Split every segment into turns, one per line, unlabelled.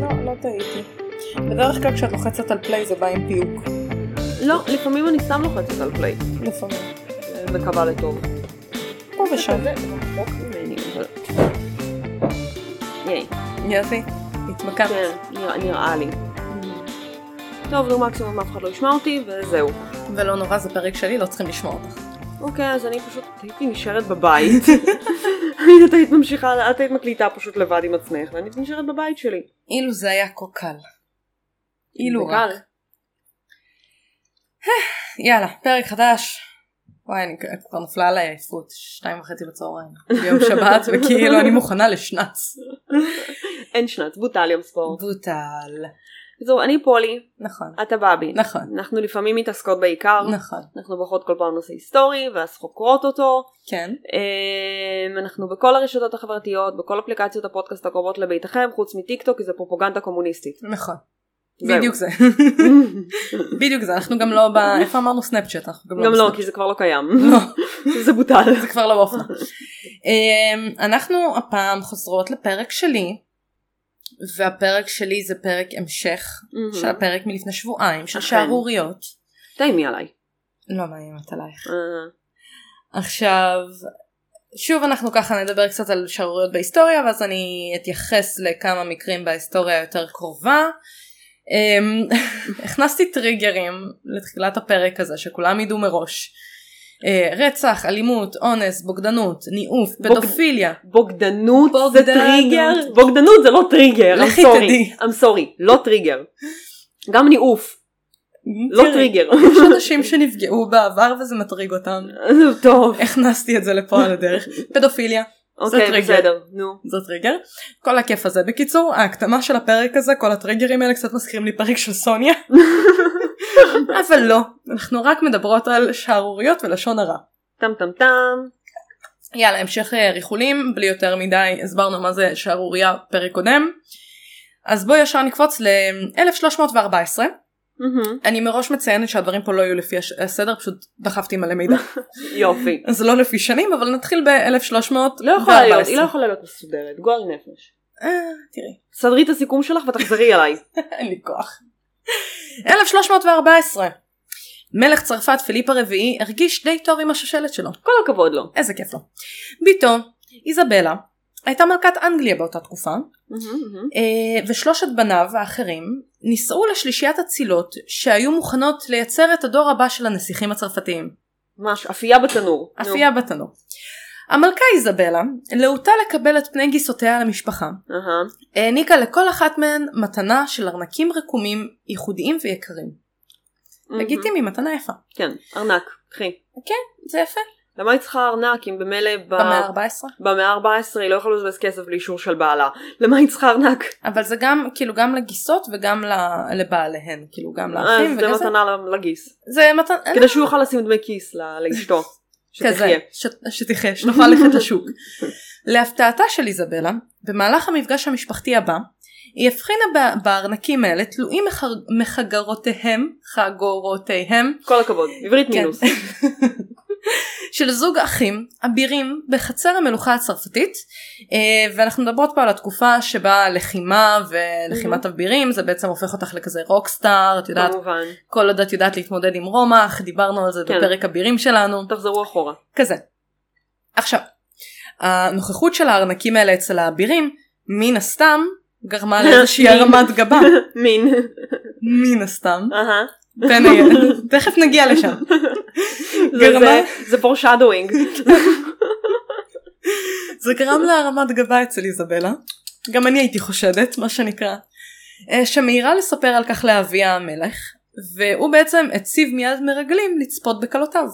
לא, טעיתי. בדרך כלל כשאת לוחצת על פליי זה בא עם פיוק.
לא, לפעמים אני סתם לוחצת על פליי.
לפעמים.
מקווה לטוב.
פה ושם.
זה רחוק ממני, אבל... ייי.
יופי. התמקמת.
כן, נראה- נראה לי. טוב, נו מקסימום אף אחד לא ישמע אותי, וזהו.
ולא נורא, זה פרק שלי, לא צריכים לשמוע אותך.
אוקיי, אז אני פשוט הייתי נשארת בבית. את היית ממשיכה, את היית מקליטה פשוט לבד עם עצמך, ואני הייתי נשארת בבית שלי.
אילו זה היה כה קל. אילו
זה קל.
לא רק. יאללה, פרק חדש. וואי, אני כבר נפלה עליי עייפות, שתיים וחצי בצהריים. ביום שבת, וכאילו אני מוכנה לשנץ.
אין שנת, בוטל יום ספורט.
בוטל.
זהו, אני פולי,
נכון.
אתה באבי.
נכון.
אנחנו לפעמים מתעסקות בעיקר.
נכון.
אנחנו בוחרות כל פעם נושא היסטורי, ואז חוקרות אותו.
כן.
אמ, אנחנו בכל הרשתות החברתיות, בכל אפליקציות הפודקאסט הקרובות לביתכם, חוץ מטיקטוק, כי זה פרופוגנדה קומוניסטית.
נכון.
זהו.
בדיוק זה. בדיוק זה, אנחנו גם לא ב... איפה אמרנו סנאפצ'אט? אנחנו
גם לא,
בסנאפצ'אט.
כי זה כבר לא קיים.
לא,
זה בוטל.
זה כבר לא באופנה. אמ, אנחנו הפעם חוזרות לפרק שלי, והפרק שלי זה פרק המשך של הפרק מלפני שבועיים, של
אכן.
שערוריות.
תאיימי עליי.
לא מאיימת עלייך.
אה,
עכשיו, שוב אנחנו ככה נדבר קצת על שערוריות בהיסטוריה, ואז אני אתייחס לכמה מקרים בהיסטוריה היותר קרובה. אמ, הכנסתי טריגרים לתחילת הפרק הזה, שכולם ידעו מראש. אה, רצח, אלימות, אונס, בוגדנות, ניאוף,
בוג-
פדופיליה.
בוגדנות זה
בוגדנות.
טריגר? בוגדנות זה לא טריגר, I'm
לכי
sorry.
תדעי.
I'm sorry, לא טריגר. גם ניאוף, לא
תראי,
טריגר.
Mm-hmm. יש אנשים שנפגעו בעבר וזה מטריג אותם.
טוב,
הכנסתי את זה לפה על הדרך. פדופיליה.
אוקיי,
טריגר.
בסדר, נו.
זה טריגר. כל הכיף הזה. בקיצור, ההקדמה של הפרק הזה, כל הטריגרים האלה קצת מזכירים לי פרק של סוניה. אבל לא, אנחנו רק מדברות על שערוריות ולשון הרע.
טם טם טם.
יאללה, המשך אה, ריחולים, בלי יותר מדי, הסברנו מה זה שערורייה פרק קודם. אז בואי ישר נקפוץ ל-1314.
מהמם.
אני מראש מציינת שהדברים פה לא יהיו לפי הש- הסדר, פשוט דחפתי מלא מידע.
יופי.
אז לא לפי שנים, אבל נתחיל ב-1314.
לא יכולה להיות, היא לא יכולה להיות מסודרת, גועל נפש.
תראי.
אה, סדרי את הסיכום שלך ותחזרי אליי.
אין לי כוח. 1314 מלך צרפת פיליפ הרביעי הרגיש די טוב עם השושלת שלו.
כל הכבוד לו.
איזה כיף לו. בתו, איזבלה, הייתה מלכת אנגליה באותה תקופה, אה, ושלושת בניו האחרים נישאו לשלישיית אצילות שהיו מוכנות לייצר את הדור הבא של הנסיכים הצרפתיים.
ממש, אפייה בתנור. נו.
אפייה בתנור. המלכה איזבלה להוטה לקבל את פני גיסותיה למשפחה,
אהה.
העניקה לכל אחת מהן מתנה של ארנקים רקומים ייחודיים ויקרים.
מהמם.
לגיטימי, מתנה יפה.
כן, ארנק, קחי.
זה יפה.
למה היא צריכה ארנק אם במילא ב-
במאה ה-14.
במאה ה-14 היא לא יכולה לבזבז כסף בלי אישור של בעלה. למה היא צריכה ארנק?
אבל זה גם, כאילו, גם לגיסות וגם ל- לבעליהן, כאילו, גם לאחים
אה,
וגם
זה
זה.
מתנה ל- לגיס.
זה מתנה,
כדי שהוא יוכל לשים דמי כיס ל- לאשתו.
כזה,
שתחיה.
ש- שתחיה, שנוכל ללכת לשוק. להפתעתה של איזבלה, במהלך המפגש המשפחתי הבא, היא הבחינה ב- בארנקים האלה תלויים מחר- מחגרותיהם, חגורותיהם,
כל הכבוד. עברית
כן.
מינוס.
של זוג אחים אבירים בחצר המלוכה הצרפתית אה, ואנחנו מדברות פה על התקופה שבה לחימה ולחימת אבירים זה בעצם הופך אותך לכזה רוקסטאר את יודעת
כמובן.
כל עוד את יודעת להתמודד עם רומח דיברנו על זה
כן.
בפרק אבירים שלנו
תחזרו אחורה.
כזה. עכשיו הנוכחות של הארנקים האלה אצל האבירים מן הסתם גרמה לאיזושהי הרמת גבה
מין.
מן הסתם
אהה.
בין היתר. תכף נגיע לשם
זה-
גרמה-
זה- זה פורשדווינג.
זה גרם להרמת גבה אצל איזבלה. גם אני הייתי חושדת, מה שנקרא. אה, שמהירה לספר על כך לאביה המלך, והוא בעצם הציב מיד מרגלים לצפות בקלותיו.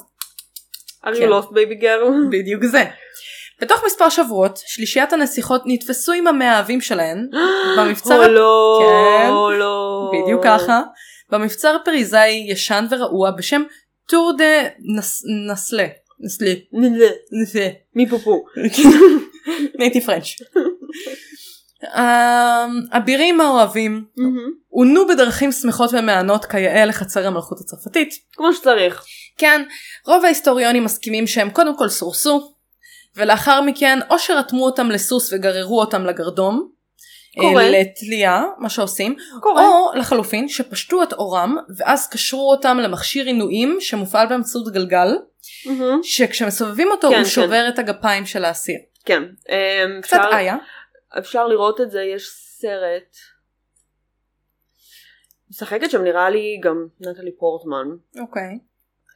are
כן.
you lost baby girl?
בדיוק זה. בתוך מספר שבועות, שלישיית הנסיכות נתפסו עם המאהבים שלהן, במבצר...
או לא,
כן.
או לא.
בדיוק ככה. במבצר פריזאי ישן ורעוע בשם טור דה נס... נסלה. נסלה.
נ- נ-
נסלה.
מפופו.
הייתי פרנץ'. האבירים אמ, האוהבים עונו בדרכים שמחות ומהנות כיאה לחצר המלכות הצרפתית.
כמו שצריך.
כן, רוב ההיסטוריונים מסכימים שהם קודם כל סורסו, ולאחר מכן או שרתמו אותם לסוס וגררו אותם לגרדום,
קורה.
אה, לתלייה, מה שעושים,
קורה.
או לחלופין שפשטו את עורם ואז קשרו אותם למכשיר עינויים שמופעל באמצעות גלגל,
מהמם.
שכשמסובבים אותו
כן,
הוא
כן.
שובר את הגפיים של האסיר.
כן. אמ,
קצת
אפשר-
איה.
אפשר לראות את זה, יש סרט. משחקת שם נראה לי גם נטלי פורטמן,
אוקיי,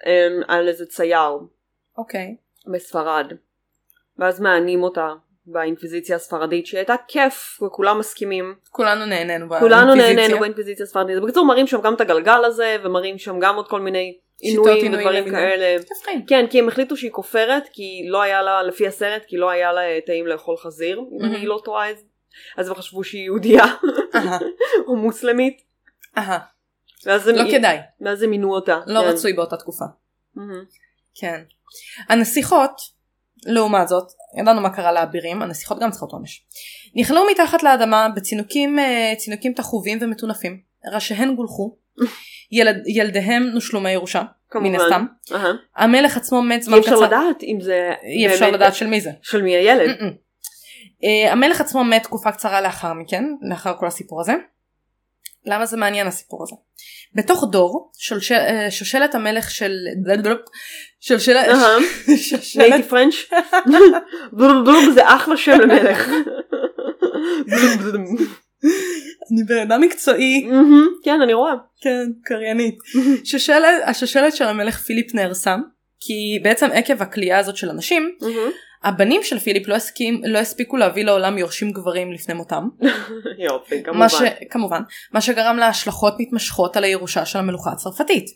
אמ, על איזה צייר
אוקיי.
בספרד. ואז מענים אותה באינקוויזיציה הספרדית שהייתה כיף וכולם מסכימים.
כולנו נהנינו
כולנו
באינקוויזיציה.
נהנינו באינקוויזיציה הספרדית. בקיצור מראים שם גם את הגלגל הזה ומראים שם גם עוד כל מיני
שיטות
עינויים
עינויים
ודברים
למיניהם.
כאלה.
יפים.
כן, כי הם החליטו שהיא כופרת, כי לא היה לה, לפי הסרט, כי לא היה לה אה, טעים לאכול חזיר, אם
מהמם.
אני לא טועה, אז- אז הם חשבו שהיא יהודייה
אהה,
או מוסלמית,
אהה.
ואז הם,
לא כדאי,
ואז הם מינו אותה.
לא
כן.
רצוי באותה תקופה.
מהמם.
כן. הנסיכות, לעומת זאת, ידענו מה קרה לאבירים, הנסיכות גם צריכות עונש. נכלאו מתחת לאדמה בצינוקים אה, צינוקים תחובים ומטונפים, ראשיהן גולחו, ילד, ילדיהם נושלו מהירושה,
כמובן.
מן הסתם.
אהה.
המלך עצמו מת זמן
אי
קצר,
אפשר לדעת אם זה
אי אפשר
באמת-
לדעת Mm. של מי זה.
של מי הילד.
Mm-mm. אה, המלך עצמו מת תקופה קצרה לאחר מכן, לאחר כל הסיפור הזה. למה זה מעניין הסיפור הזה? בתוך דור שולש- אה, שושלת המלך של... שושלת...
אהה.
שושלת...
נייטי פרנץ'. בלום בלום זה אחלה שם למלך. בלום בלום.
אני בן אדם מקצועי.
מהמם. כן, אני רואה.
כן, קריינית. שושלת, השושלת של המלך פיליפ נהרסה, כי בעצם עקב הכלייה הזאת של הנשים,
מהמם.
הבנים של פיליפ לא, הסכים, לא הספיקו להביא לעולם יורשים גברים לפני מותם.
יופי, כמובן.
מה ש... כמובן. מה שגרם להשלכות מתמשכות על הירושה של המלוכה הצרפתית.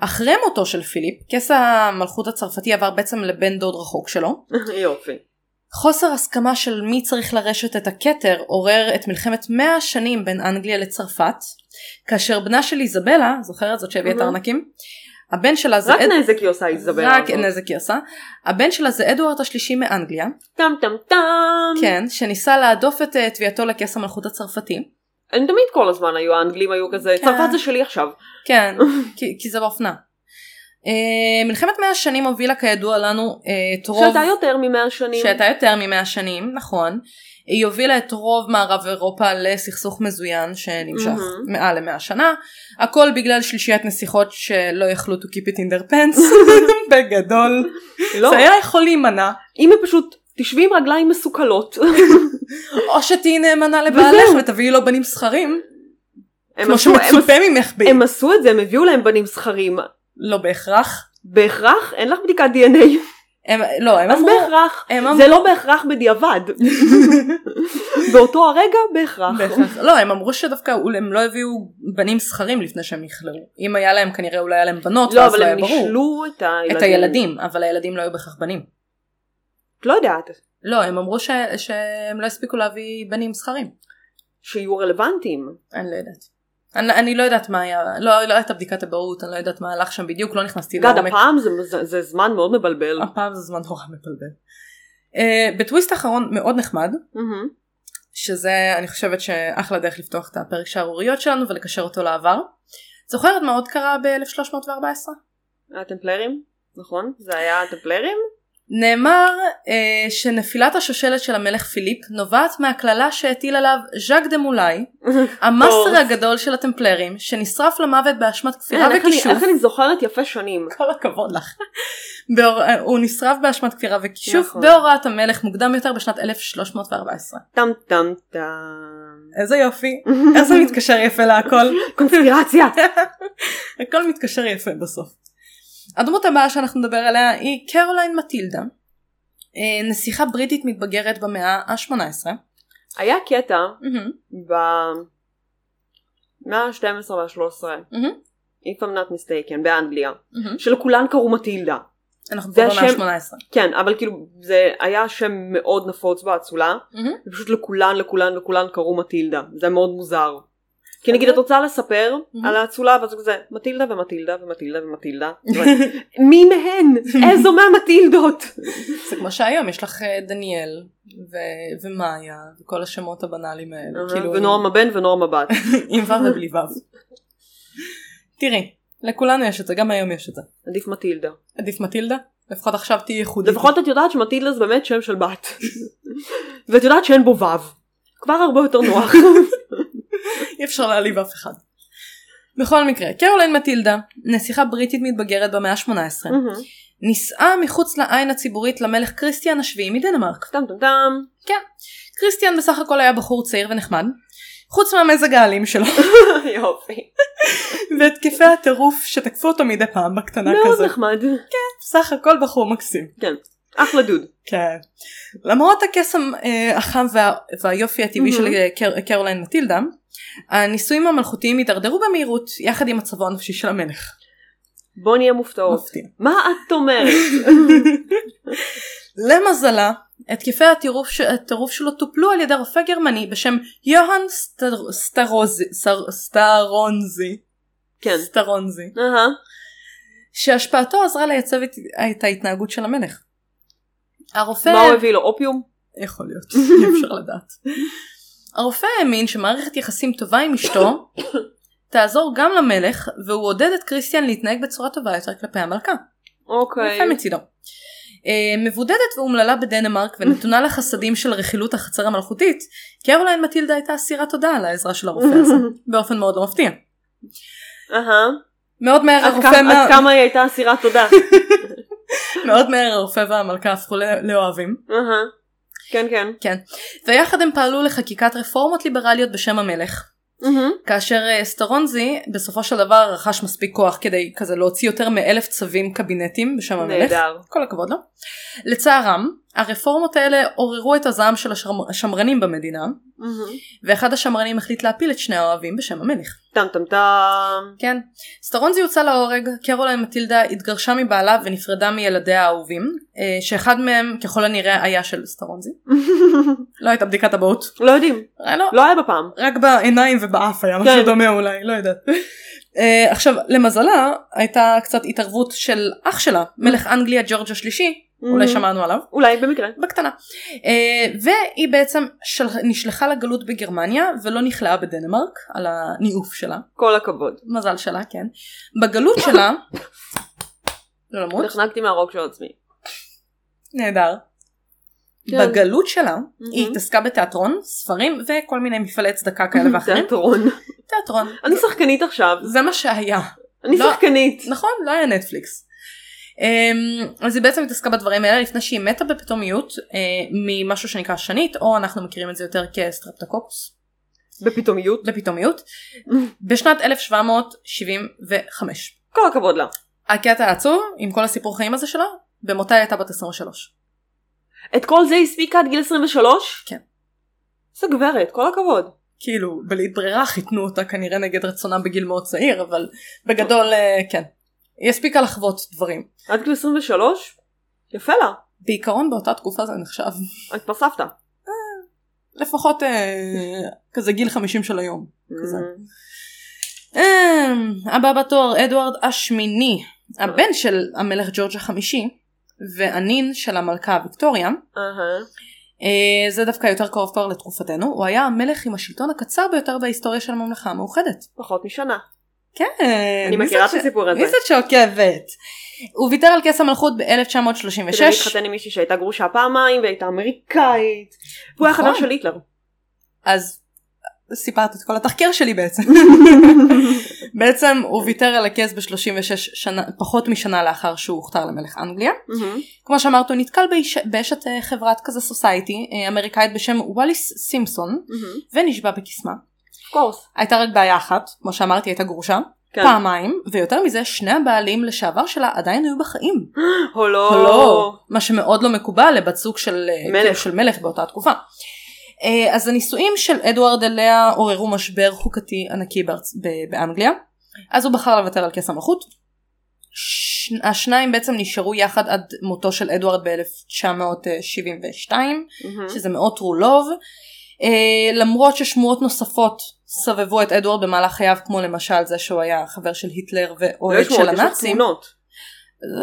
אחרי מותו של פיליפ, כס המלכות הצרפתי עבר בעצם לבן דוד רחוק שלו.
יופי.
חוסר הסכמה של מי צריך לרשת את הכתר עורר את מלחמת 100 השנים בין אנגליה לצרפת, כאשר בנה של איזבלה, זוכרת זאת שהביאה את
מהמם.
הארנקים? הבן שלה זה...
רק
אד-
נזק היא עושה איזבלה.
רק נזק היא עושה. הבן שלה זה אדוארד השלישי מאנגליה,
טם טם טם.
כן, שניסה להדוף את אה, תביעתו לכס המלכות הצרפתי.
הם תמיד כל הזמן היו, האנגלים היו כזה,
כן.
צרפת זה שלי עכשיו.
כן, כי, כי זה באופנה. אה, מלחמת מאה השנים הובילה כידוע לנו אה, את רוב...
שהייתה יותר ממאה שנים.
שהייתה יותר ממאה שנים, נכון. היא הובילה את רוב מערב אירופה לסכסוך מזוין שנמשך
מהמם.
מעל למאה שנה. הכל בגלל שלישיית נסיכות שלא יכלו to keep it in their pants בגדול.
לא,
זה היה יכול להימנע.
אם היא פשוט תשבי עם רגליים מסוכלות.
או שתהיי נאמנה לבעלך
וזהו.
ותביאי לו בנים זכרים.
הם
כמו
עשו- הם
שמצופה ממך ב...
עשו- הם עשו את זה, הם הביאו להם בנים זכרים.
לא בהכרח.
בהכרח? אין לך בדיקת דנ"א.
הם- לא, הם
אז
אמרו...
בהכרח.
הם אמרו-
זה לא בהכרח בדיעבד. באותו הרגע בהכרח.
בהכרח. לא הם אמרו שדווקא אול- הם לא הביאו בנים זכרים לפני שהם נכלאו אם היה להם כנראה אולי היה להם בנות
לא,
ואז
אבל
לא היה
הם
ברור
נישלו את הילדים.
את הילדים אבל הילדים לא היו בהכרח בנים
את לא יודעת.
לא הם אמרו ש- שהם לא הספיקו להביא בנים זכרים
שיהיו רלוונטיים.
אני לא יודעת. אני, אני לא יודעת מה היה לא, לא הייתה בדיקת אבהות אני לא יודעת מה הלך שם בדיוק לא אה. נכנסתי
גד, הפעם זה- זה- זה זמן מאוד מבלבל.
הפעם זה זמן נורא מבלבל. Uh, בטוויסט אחרון מאוד נחמד
מהמם.
שזה אני חושבת שאחלה דרך לפתוח את הפרק שערוריות שלנו ולקשר אותו לעבר. זוכרת מה עוד קרה ב-1314?
הטמפלרים? נכון? זה היה הטמפלרים?
נאמר אה, שנפילת השושלת של המלך פיליפ נובעת מהקללה שהטיל עליו ז'אק דה מולאי, המאסטר
אוף.
הגדול של הטמפלרים, שנשרף למוות באשמת כפירה
אין, איך אני-
וכישוף.
איך אני זוכרת יפה שנים.
כל הכבוד לך. באור... אה, הוא נשרף באשמת כפירה וכישוף
נכון.
בהוראת המלך מוקדם יותר בשנת 1314.
טם טם טם.
איזה יופי. איך זה מתקשר יפה להכל?
קונספירציה.
הכל מתקשר יפה בסוף. הדמות הבאה שאנחנו נדבר עליה היא קרוליין מטילדה, אה, נסיכה בריטית מתבגרת במאה ה-18.
היה קטע במאה ה-12 וה-13,
מהמם.
If I'm not mistaken, באנגליה, שלכולן קראו מטילדה.
אנחנו
זה
כבר במאה
השם-
ה-18.
כן, אבל כאילו זה היה שם מאוד נפוץ באצולה, ופשוט לכולן, לכולן, לכולן קראו מטילדה. זה היה מאוד מוזר. כי נגיד את רוצה לספר
אוקיי. מהמם.
על האצולה, ואז זה כזה, מטילדה ומטילדה ומטילדה ומטילדה. מי מהן? איזו כאילו, מהמטילדות?
זה כמו שהיום יש לך אה, דניאל ו- ומאיה וכל השמות הבנאליים האלה. כאילו
ונורמה בן ונורמה בת.
עם עם ו' ובלי ו'. תראי, לכולנו יש את זה, גם היום יש את זה.
עדיף מטילדה.
עדיף מטילדה? לפחות עכשיו תהיי ייחודית.
לפחות את יודעת שמטילדה זה באמת שם של בת. ואת יודעת שאין בו וו. כבר הרבה יותר נוח.
אי אפשר להעליב אף אחד. בכל מקרה, קרוליין מטילדה, נסיכה בריטית מתבגרת במאה ה-18,
מהמם.
נישאה מחוץ לעין הציבורית למלך כריסטיאן השביעי מדנמרק.
טם טם טם.
כריסטיאן בסך הכל היה בחור צעיר ונחמד, חוץ מהמזג האלים שלו,
יופי.
והתקפי הטירוף שתקפו אותו מדי פעם בקטנה
מאוד נכון.
כזו.
נחמד.
סך הכל בחור מקסים.
כן. אחלה דוד.
כן. למרות הקסם אה, החם וה, והיופי הטבעי
מהמם.
של אה, קר, קרוליין מטילדה, הנישואים המלכותיים הידרדרו במהירות יחד עם מצבו הנפשי של המלך.
בוא נהיה מופתעות.
מפתיע.
מה את אומרת?
למזלה, התקפי הטירוף, ש... הטירוף שלו טופלו על ידי רופא גרמני בשם יוהאן סטר... סטרוזי, סטר... סטרונזי,
כן.
סטרונזי,
אהה.
שהשפעתו עזרה לייצב את... את ההתנהגות של המלך. הרופא...
מה הוא הביא לו? אופיום?
יכול להיות, אי אפשר לדעת. הרופא האמין שמערכת יחסים טובה עם אשתו תעזור גם למלך והוא עודד את כריסטיאן להתנהג בצורה טובה יותר כלפי המלכה.
אוקיי.
יפה מצידו. אה, מבודדת ואומללה בדנמרק ונתונה לחסדים של רכילות החצר המלכותית, קרוליין מטילדה הייתה אסירת תודה על העזרה של הרופא הזה, באופן מאוד לא מפתיע.
אהה.
מאוד מהר
עד
הרופא
כמה-
מה-
עד כמה היא הייתה אסירת תודה.
מאוד מהר הרופא והמלכה הפכו לא- לאוהבים,
אהה. כן כן.
ויחד הם פעלו לחקיקת רפורמות ליברליות בשם המלך.
מהמם.
כאשר אה, סטרונזי בסופו של דבר רכש מספיק כוח כדי כזה להוציא יותר מאלף צווים קבינטים בשם המלך.
נהדר.
כל הכבוד לו. לצערם, הרפורמות האלה עוררו את הזעם של השמר- השמרנים במדינה,
מהמם.
ואחד השמרנים החליט להפיל את שני האוהבים בשם המלך.
טם טם טם.
כן. סטרונזי הוצא להורג, קרוליין מטילדה התגרשה מבעלה ונפרדה מילדיה האהובים, אה, שאחד מהם ככל הנראה היה של סטרונזי. לא הייתה בדיקת אבהות.
לא יודעים.
אה, לא,
לא היה בפעם.
רק בעיניים ובאף היה משהו
כן.
דומה אולי, לא יודעת. אה, עכשיו, למזלה, הייתה קצת התערבות של אח שלה, מלך אנגליה ג'ורג' השלישי, אולי
מהמם.
שמענו עליו,
Mm. אולי במקרה.
בקטנה. אה, והיא בעצם של... נשלחה לגלות בגרמניה ולא נכלאה בדנמרק, על הניאוף שלה,
כל הכבוד.
מזל שלה, כן. בגלות שלה, לא למות,
נחנקתי מהרוק של עצמי.
נהדר.
כן.
בגלות שלה, היא
Mhm.
התעסקה בתיאטרון, ספרים וכל מיני מפעלי צדקה כאלה
כן.
ואחרים.
תיאטרון.
תיאטרון.
אני שחקנית עכשיו.
זה מה שהיה.
אני
לא.
שחקנית.
נכון, לא היה נטפליקס. אמ, אז היא בעצם התעסקה בדברים האלה לפני שהיא מתה בפתאומיות אה, ממשהו שנקרא שנית, או אנחנו מכירים את זה יותר כסטרפטוקוקוס,
בפתאומיות.
בפתאומיות, בשנת 1775.
כל הכבוד לה.
הקטע העצוב, עם כל הסיפור חיים הזה שלה, במותה היא הייתה בת 23.
את כל זה היא הספיקה עד גיל 23?
כן.
איזה גברת, כל הכבוד.
כאילו, בלית ברירה חיתנו אותה כנראה נגד רצונה בגיל מאוד צעיר, אבל בגדול, אה, כן. היא הספיקה לחוות דברים.
עד גיל 23? יפה לה.
בעיקרון באותה תקופה זה נחשב
את כבר סבתא.
לפחות אה, כזה גיל 50 של היום. כזה.
Mm.
אמ, הבא בתור אדוארד השמיני, הבן של המלך ג'ורג' החמישי, והנין של המלכה ויקטוריה,
אהה.
אה, זה דווקא יותר קרוב כבר לתקופתנו, הוא היה המלך עם השלטון הקצר ביותר בהיסטוריה של הממלכה המאוחדת.
פחות משנה.
כן,
אני
מי זאת
מכירה את
ש-
הסיפור הזה. לא
מי זאת שעוקבת? הוא ויתר על כס המלכות
כדי
ב-1936,
להתחתן עם מישהי שהייתה גרושה פעמיים והייתה אמריקאית. והוא היה
נכון.
חבר של היטלר.
אז סיפרת את כל התחקיר שלי בעצם. בעצם הוא ויתר על הכס ב-36 שנה, פחות משנה לאחר שהוא הוכתר למלך אנגליה.
מהמם.
כמו שאמרת הוא נתקל באיש, באשת אה, חברת כזה סוסייטי אה, אמריקאית בשם וואליס סימפסון
מהמם.
ונשבע בקסמה.
Of course.
הייתה רק בעיה אחת, כמו שאמרתי הייתה גרושה,
כן.
פעמיים, ויותר מזה שני הבעלים לשעבר שלה עדיין היו בחיים.
הולו.
לא. מה שמאוד לא מקובל לבת זוג של אה,
מלך.
כאילו, של מלך באותה תקופה. אה, אז הנישואים של אדוארד אליה עוררו משבר חוקתי ענקי בארצ... ב- באנגליה, אז הוא בחר לוותר על כס המלכות. ש... השניים בעצם נשארו יחד עד מותו של אדוארד ב-1972,
מהמם.
שזה מאוד true love. אה, למרות ששמועות נוספות סבבו את אדוארד במהלך חייו, כמו למשל זה שהוא היה חבר של היטלר
לא
ואוהד
יש שמות,
של
יש לך
הנאצים. אה,
תמונות.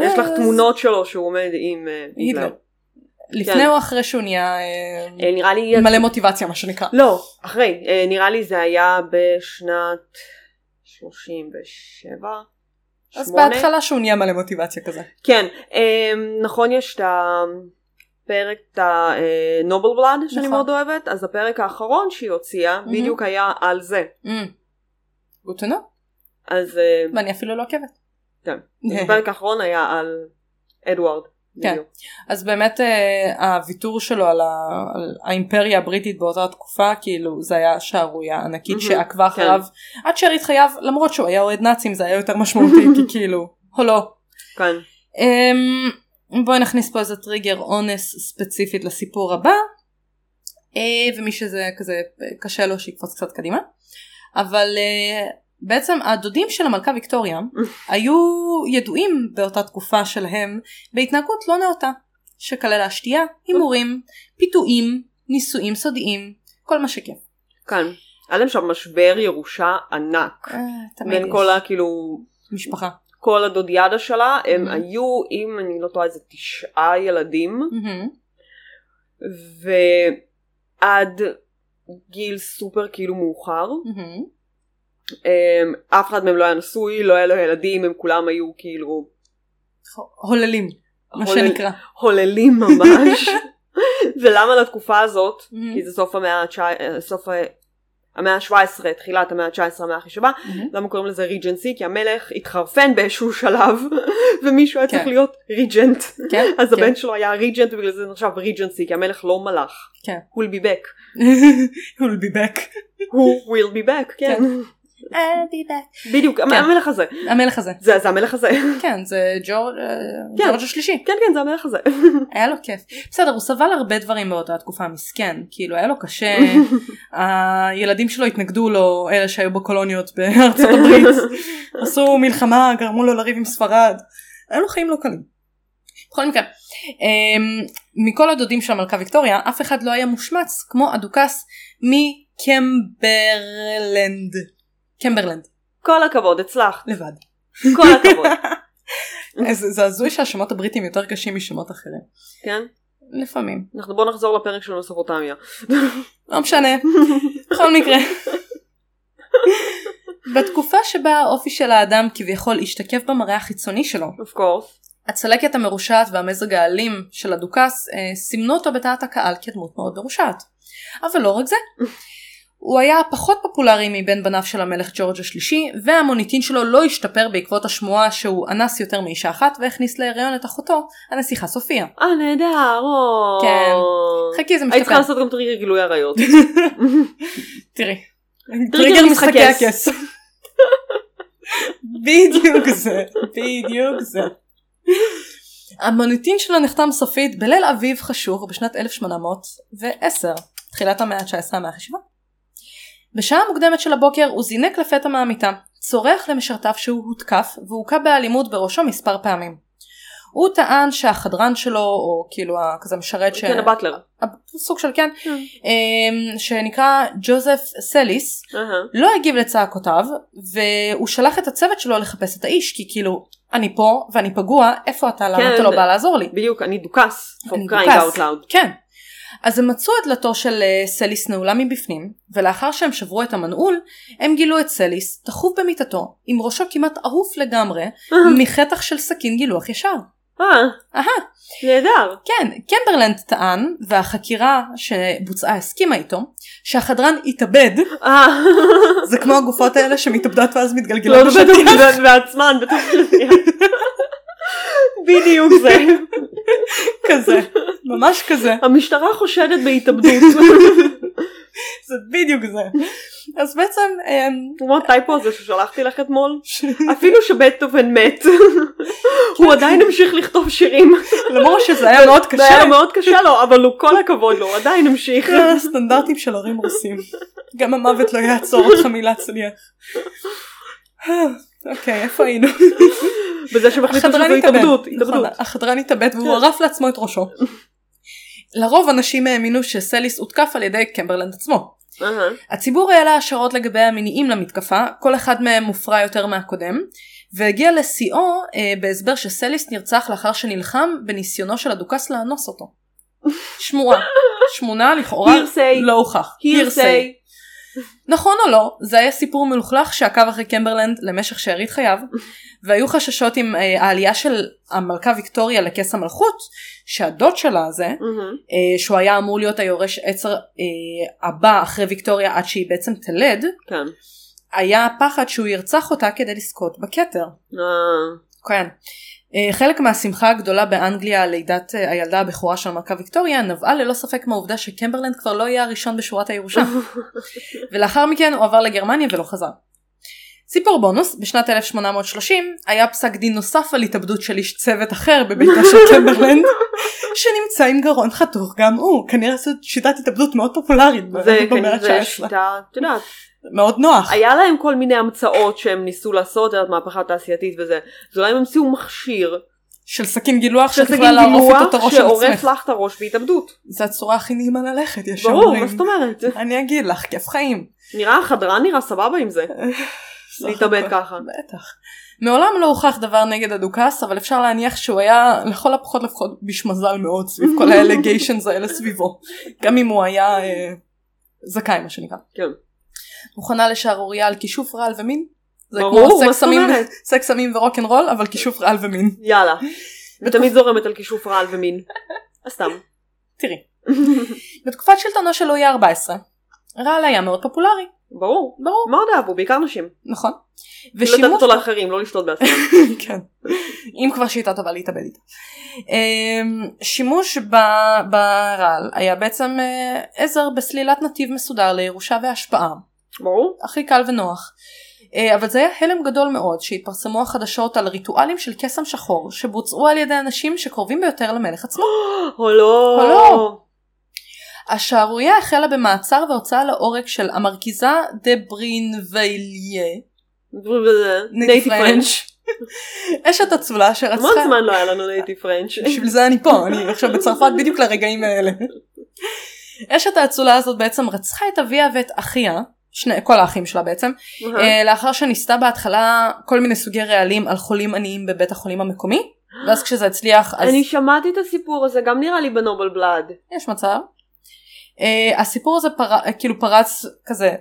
יש לך
אז-
תמונות שלו שהוא עומד עם אה,
היטלר.
היטלר. כן.
לפני או אחרי שהוא נהיה אה,
אה, נראה לי...
מלא מוטיבציה מה שנקרא.
לא, אחרי. אה, נראה לי זה היה בשנת 37.
אז
שמונה.
בהתחלה שהוא נהיה מלא מוטיבציה כזה.
אמ, כן, אה, נכון יש את ה... פרק את הנובל בלאד שאני
נכון.
מאוד אוהבת, אז הפרק האחרון שהיא הוציאה
מהמם.
בדיוק היה על זה.
Mm. גוטנו,
אז אה,
ואני אפילו לא עוקבת.
כן. אז הפרק האחרון היה על אדוארד.
כן.
בדיוק.
אז באמת אה, הוויתור שלו על, ה... על האימפריה הבריטית באותה תקופה כאילו זה היה שערורייה ענקית
מהמם,
שעקבה
כן.
אחריו עד שארית חייו למרות שהוא היה אוהד נאצים זה היה יותר משמעותי כי כאילו או לא.
כן.
אמ, בואי נכניס פה איזה טריגר אונס ספציפית לסיפור הבא אה, ומי שזה כזה אה, קשה לו שיקפוץ קצת קדימה אבל אה, בעצם הדודים של המלכה ויקטוריה היו ידועים באותה תקופה שלהם בהתנהגות לא נאותה שכללה שתייה, הימורים, פיתויים, נישואים סודיים, כל מה שכיף.
כן. היה להם שם משבר ירושה ענק.
אה, תמיד
בין
יש.
כל ה... כאילו...
משפחה.
כל הדודיאדה שלה הם
Mhm.
היו אם אני לא טועה איזה תשעה ילדים
מהמם.
ועד גיל סופר כאילו מאוחר
מהמם.
אמ, אף אחד מהם לא היה נשוי לא היה לו ילדים הם כולם היו כאילו
הוללים, מה
הולל-
שנקרא.
הוללים ממש ולמה לתקופה הזאת
Mhm.
כי זה סוף המאה ה-19 סוף ה- המאה ה-17 תחילת המאה ה-19 המאה הכי שבה
מהמם.
למה קוראים לזה ריג'נסי כי המלך התחרפן באיזשהו שלב ומישהו היה צריך
כן.
להיות ריג'נט
כן,
אז
כן.
הבן שלו היה ריג'נט ובגלל זה נחשב ריג'נסי כי המלך לא מלך.
כן.
הוא will be back.
He'll be back.
הוא will be back, כן.
I'll be back.
בדיוק, המ-
כן.
המלך הזה.
המלך הזה.
זה זה המלך הזה.
כן, זה ג'ורג' אה,
כן.
ג'ורג' השלישי.
כן כן זה המלך הזה.
היה לו כיף. בסדר, הוא סבל הרבה דברים באותה תקופה, מסכן. כאילו, היה לו קשה. הילדים שלו התנגדו לו, אלה שהיו בקולוניות בארצות הברית. עשו מלחמה, גרמו לו לריב עם ספרד. היה לו חיים לא קלים. בכל מקרה, אמ, מכל הדודים של המלכה ויקטוריה, אף אחד לא היה מושמץ כמו הדוכס מקמברלנד. קמברלנד,
כל הכבוד, הצלחת.
לבד.
כל הכבוד.
זה זה הזוי שהשמות הבריטים יותר קשים משמות אחרים.
כן?
לפעמים.
אנחנו בואו נחזור לפרק של מסופוטמיה.
לא משנה. בכל מקרה. בתקופה שבה האופי של האדם כביכול השתקף במראה החיצוני שלו,
אוף קורס.
הצלקת המרושעת והמזג האלים של הדוכס אה, סימנו אותו בדעת הקהל כדמות מאוד מרושעת. אבל לא רק זה. הוא היה הפחות פופולרי מבין בניו של המלך ג'ורג' השלישי, והמוניטין שלו לא השתפר בעקבות השמועה שהוא אנס יותר מאישה אחת והכניס להיריון את אחותו, הנסיכה סופיה.
אה נהדר. או.
כן. חכי זה
היית צריכה
משתפר. כן.
לעשות גם טריגר גילוי עריות.
תראי.
טריגר משחקי הכס.
בדיוק זה, בדיוק זה. המוניטין שלו נחתם סופית בליל אביב חשוך בשנת 1810, תחילת המאה ה-19 המאה החשיבה. בשעה מוקדמת של הבוקר הוא זינק לפתע מהמיטה, צורח למשרתיו שהוא הותקף והוכה באלימות בראשו מספר פעמים. הוא טען שהחדרן שלו, או כאילו ה- כזה משרת, ש...
כן הבטלר.
סוג של כן,
כן.
אמ, שנקרא ג'וזף סליס,
אהה.
לא הגיב לצעקותיו והוא שלח את הצוות שלו לחפש את האיש כי כאילו אני פה ואני פגוע איפה אתה למה
כן.
אתה לא בא לעזור לי.
בדיוק אני דוכס.
אני
for crying
דוכס.
out loud.
כן. אז הם מצאו את דלתו של אה, סליס נעולה מבפנים ולאחר שהם שברו את המנעול הם גילו את סליס תכוף במיטתו עם ראשו כמעט ערוף לגמרי מחתך של סכין גילוח ישר.
אה,
אהה.
נהדר.
כן, קמברלנד טען, והחקירה שבוצעה הסכימה איתו, שהחדרן התאבד,
אה.
זה כמו הגופות האלה שמתאבדות ואז מתגלגלות
לא
בשטיח.
מדברת בעצמן בתוך השנייה. בדיוק זה.
כזה, ממש כזה,
המשטרה חושדת בהתאבדות.
זה בדיוק זה. אז בעצם, אמ,
כמו הטייפו הזה ששלחתי לך אתמול. אפילו שבטהובן מת. הוא עדיין המשיך לכתוב שירים.
למרות שזה היה מאוד
זה היה
קשה,
מאוד קשה לו, אבל הוא כל הכבוד לו, הוא עדיין המשיך.
זה הסטנדרטים של הורים רוסים. גם המוות לא יעצור אותך מלהצליח. אוקיי, איפה היינו?
בזה שהם החליטו שזו התאבדות.
נכון,
התאבדות.
החדרן התאבד והוא
כן.
ערף לעצמו את ראשו. לרוב אנשים האמינו שסליס הותקף על ידי קמברלנד עצמו.
אהה.
הציבור העלה השערות לגבי המניעים למתקפה, כל אחד מהם מופרע יותר מהקודם, והגיע לשיאו אה, בהסבר שסליס נרצח לאחר שנלחם בניסיונו של הדוכס לאנוס אותו. שמועה. שמונה לכאורה
Hearsay.
לא הוכח. Hearsay.
Hearsay.
נכון או לא, זה היה סיפור מלוכלך שעקב אחרי קמברלנד למשך שארית חייו, והיו חששות עם אה, העלייה של המלכה ויקטוריה לכס המלכות, שהדוד שלה הזה,
מהמם.
אה, שהוא היה אמור להיות היורש עצר אה, הבא אחרי ויקטוריה עד שהיא בעצם תלד,
כן.
היה הפחד שהוא ירצח אותה כדי לזכות בכתר.
אה,
כן. אה, חלק מהשמחה הגדולה באנגליה על לידת אה, הילדה הבכורה של המלכה ויקטוריה נבעה ללא ספק מהעובדה שקמברלנד כבר לא יהיה הראשון בשורת הירושה. ולאחר מכן הוא עבר לגרמניה ולא חזר. סיפור בונוס, בשנת 1830 היה פסק דין נוסף על התאבדות של איש צוות אחר בביתו של קמברלנד, שנמצא עם גרון חתוך גם הוא, כנראה זאת שיטת התאבדות מאוד פופולרית
זה
במאה
כנראה
ה-19,
שיטה, את יודעת,
מאוד נוח.
היה להם כל מיני המצאות שהם ניסו לעשות, את יודעת, מהפכה תעשייתית וזה, אז אולי הם המציאו מכשיר,
של סכין גילוח
שזה
שאת
גיל
יכולה לערוף את אותו
גילוח
ראש של
שעורף
עצמך.
לך את הראש בהתאבדות.
זה הצורה הכי נעימה ללכת, יש
ברור,
שאומרים.
מה זאת אומרת?
אני אגיד לך, כיף חיים.
נראה החדרן נראה סבבה עם זה, להתאבד ככה.
בטח. מעולם לא הוכח דבר נגד הדוכס, אבל אפשר להניח שהוא היה לכל הפחות לפחות ביש מזל מאוד סביב כל האלגיישנס האלה סביבו. גם אם הוא היה אה, זכאי, מה שנקרא.
כן.
מוכנה לשערורייה על כישוף רעל ומין? זה
ברור,
כמו
מה
סקס
זאת
סמים-
אומרת?
סקס סמים ורוקנרול, אבל כישוף רעל ומין.
יאללה. ותמיד זורמת על כישוף רעל ומין. אז סתם.
תראי. בתקופת שלטונו של לואי ה-14, רעל היה מאוד פופולרי,
ברור.
ברור,
מאוד אהבו, בעיקר נשים.
נכון.
לתת
ושימוש
כאילו, אותו לאחרים, לא לשתות בעצמם.
כן. אם כבר שיטה טובה להתאבד איתה. אמ, שימוש ב- ברעל היה בעצם אה, עזר בסלילת נתיב מסודר לירושה והשפעה.
ברור.
הכי קל ונוח. אה, אבל זה היה הלם גדול מאוד שהתפרסמו החדשות על ריטואלים של קסם שחור שבוצעו על ידי אנשים שקרובים ביותר למלך עצמו.
או לא.
או לא. השערורייה החלה במעצר והוצאה להורג של המרכיזה דה ברין וייליה,
נייטי פרנץ'.
אשת אצולה שרצחה...
המון זמן לא היה לנו נייטי פרנץ'.
בשביל זה אני פה, אני עכשיו בצרפת בדיוק לרגעים האלה. אשת האצולה הזאת בעצם רצחה את אביה ואת אחיה, שני, כל האחים שלה בעצם, אה, לאחר שניסתה בהתחלה כל מיני סוגי רעלים על חולים עניים בבית החולים המקומי, ואז כשזה הצליח אז
אני שמעתי את הסיפור הזה, גם נראה לי בנובל בלאד.
יש מצב. אה, הסיפור הזה פר... אה, כאילו פרץ כזה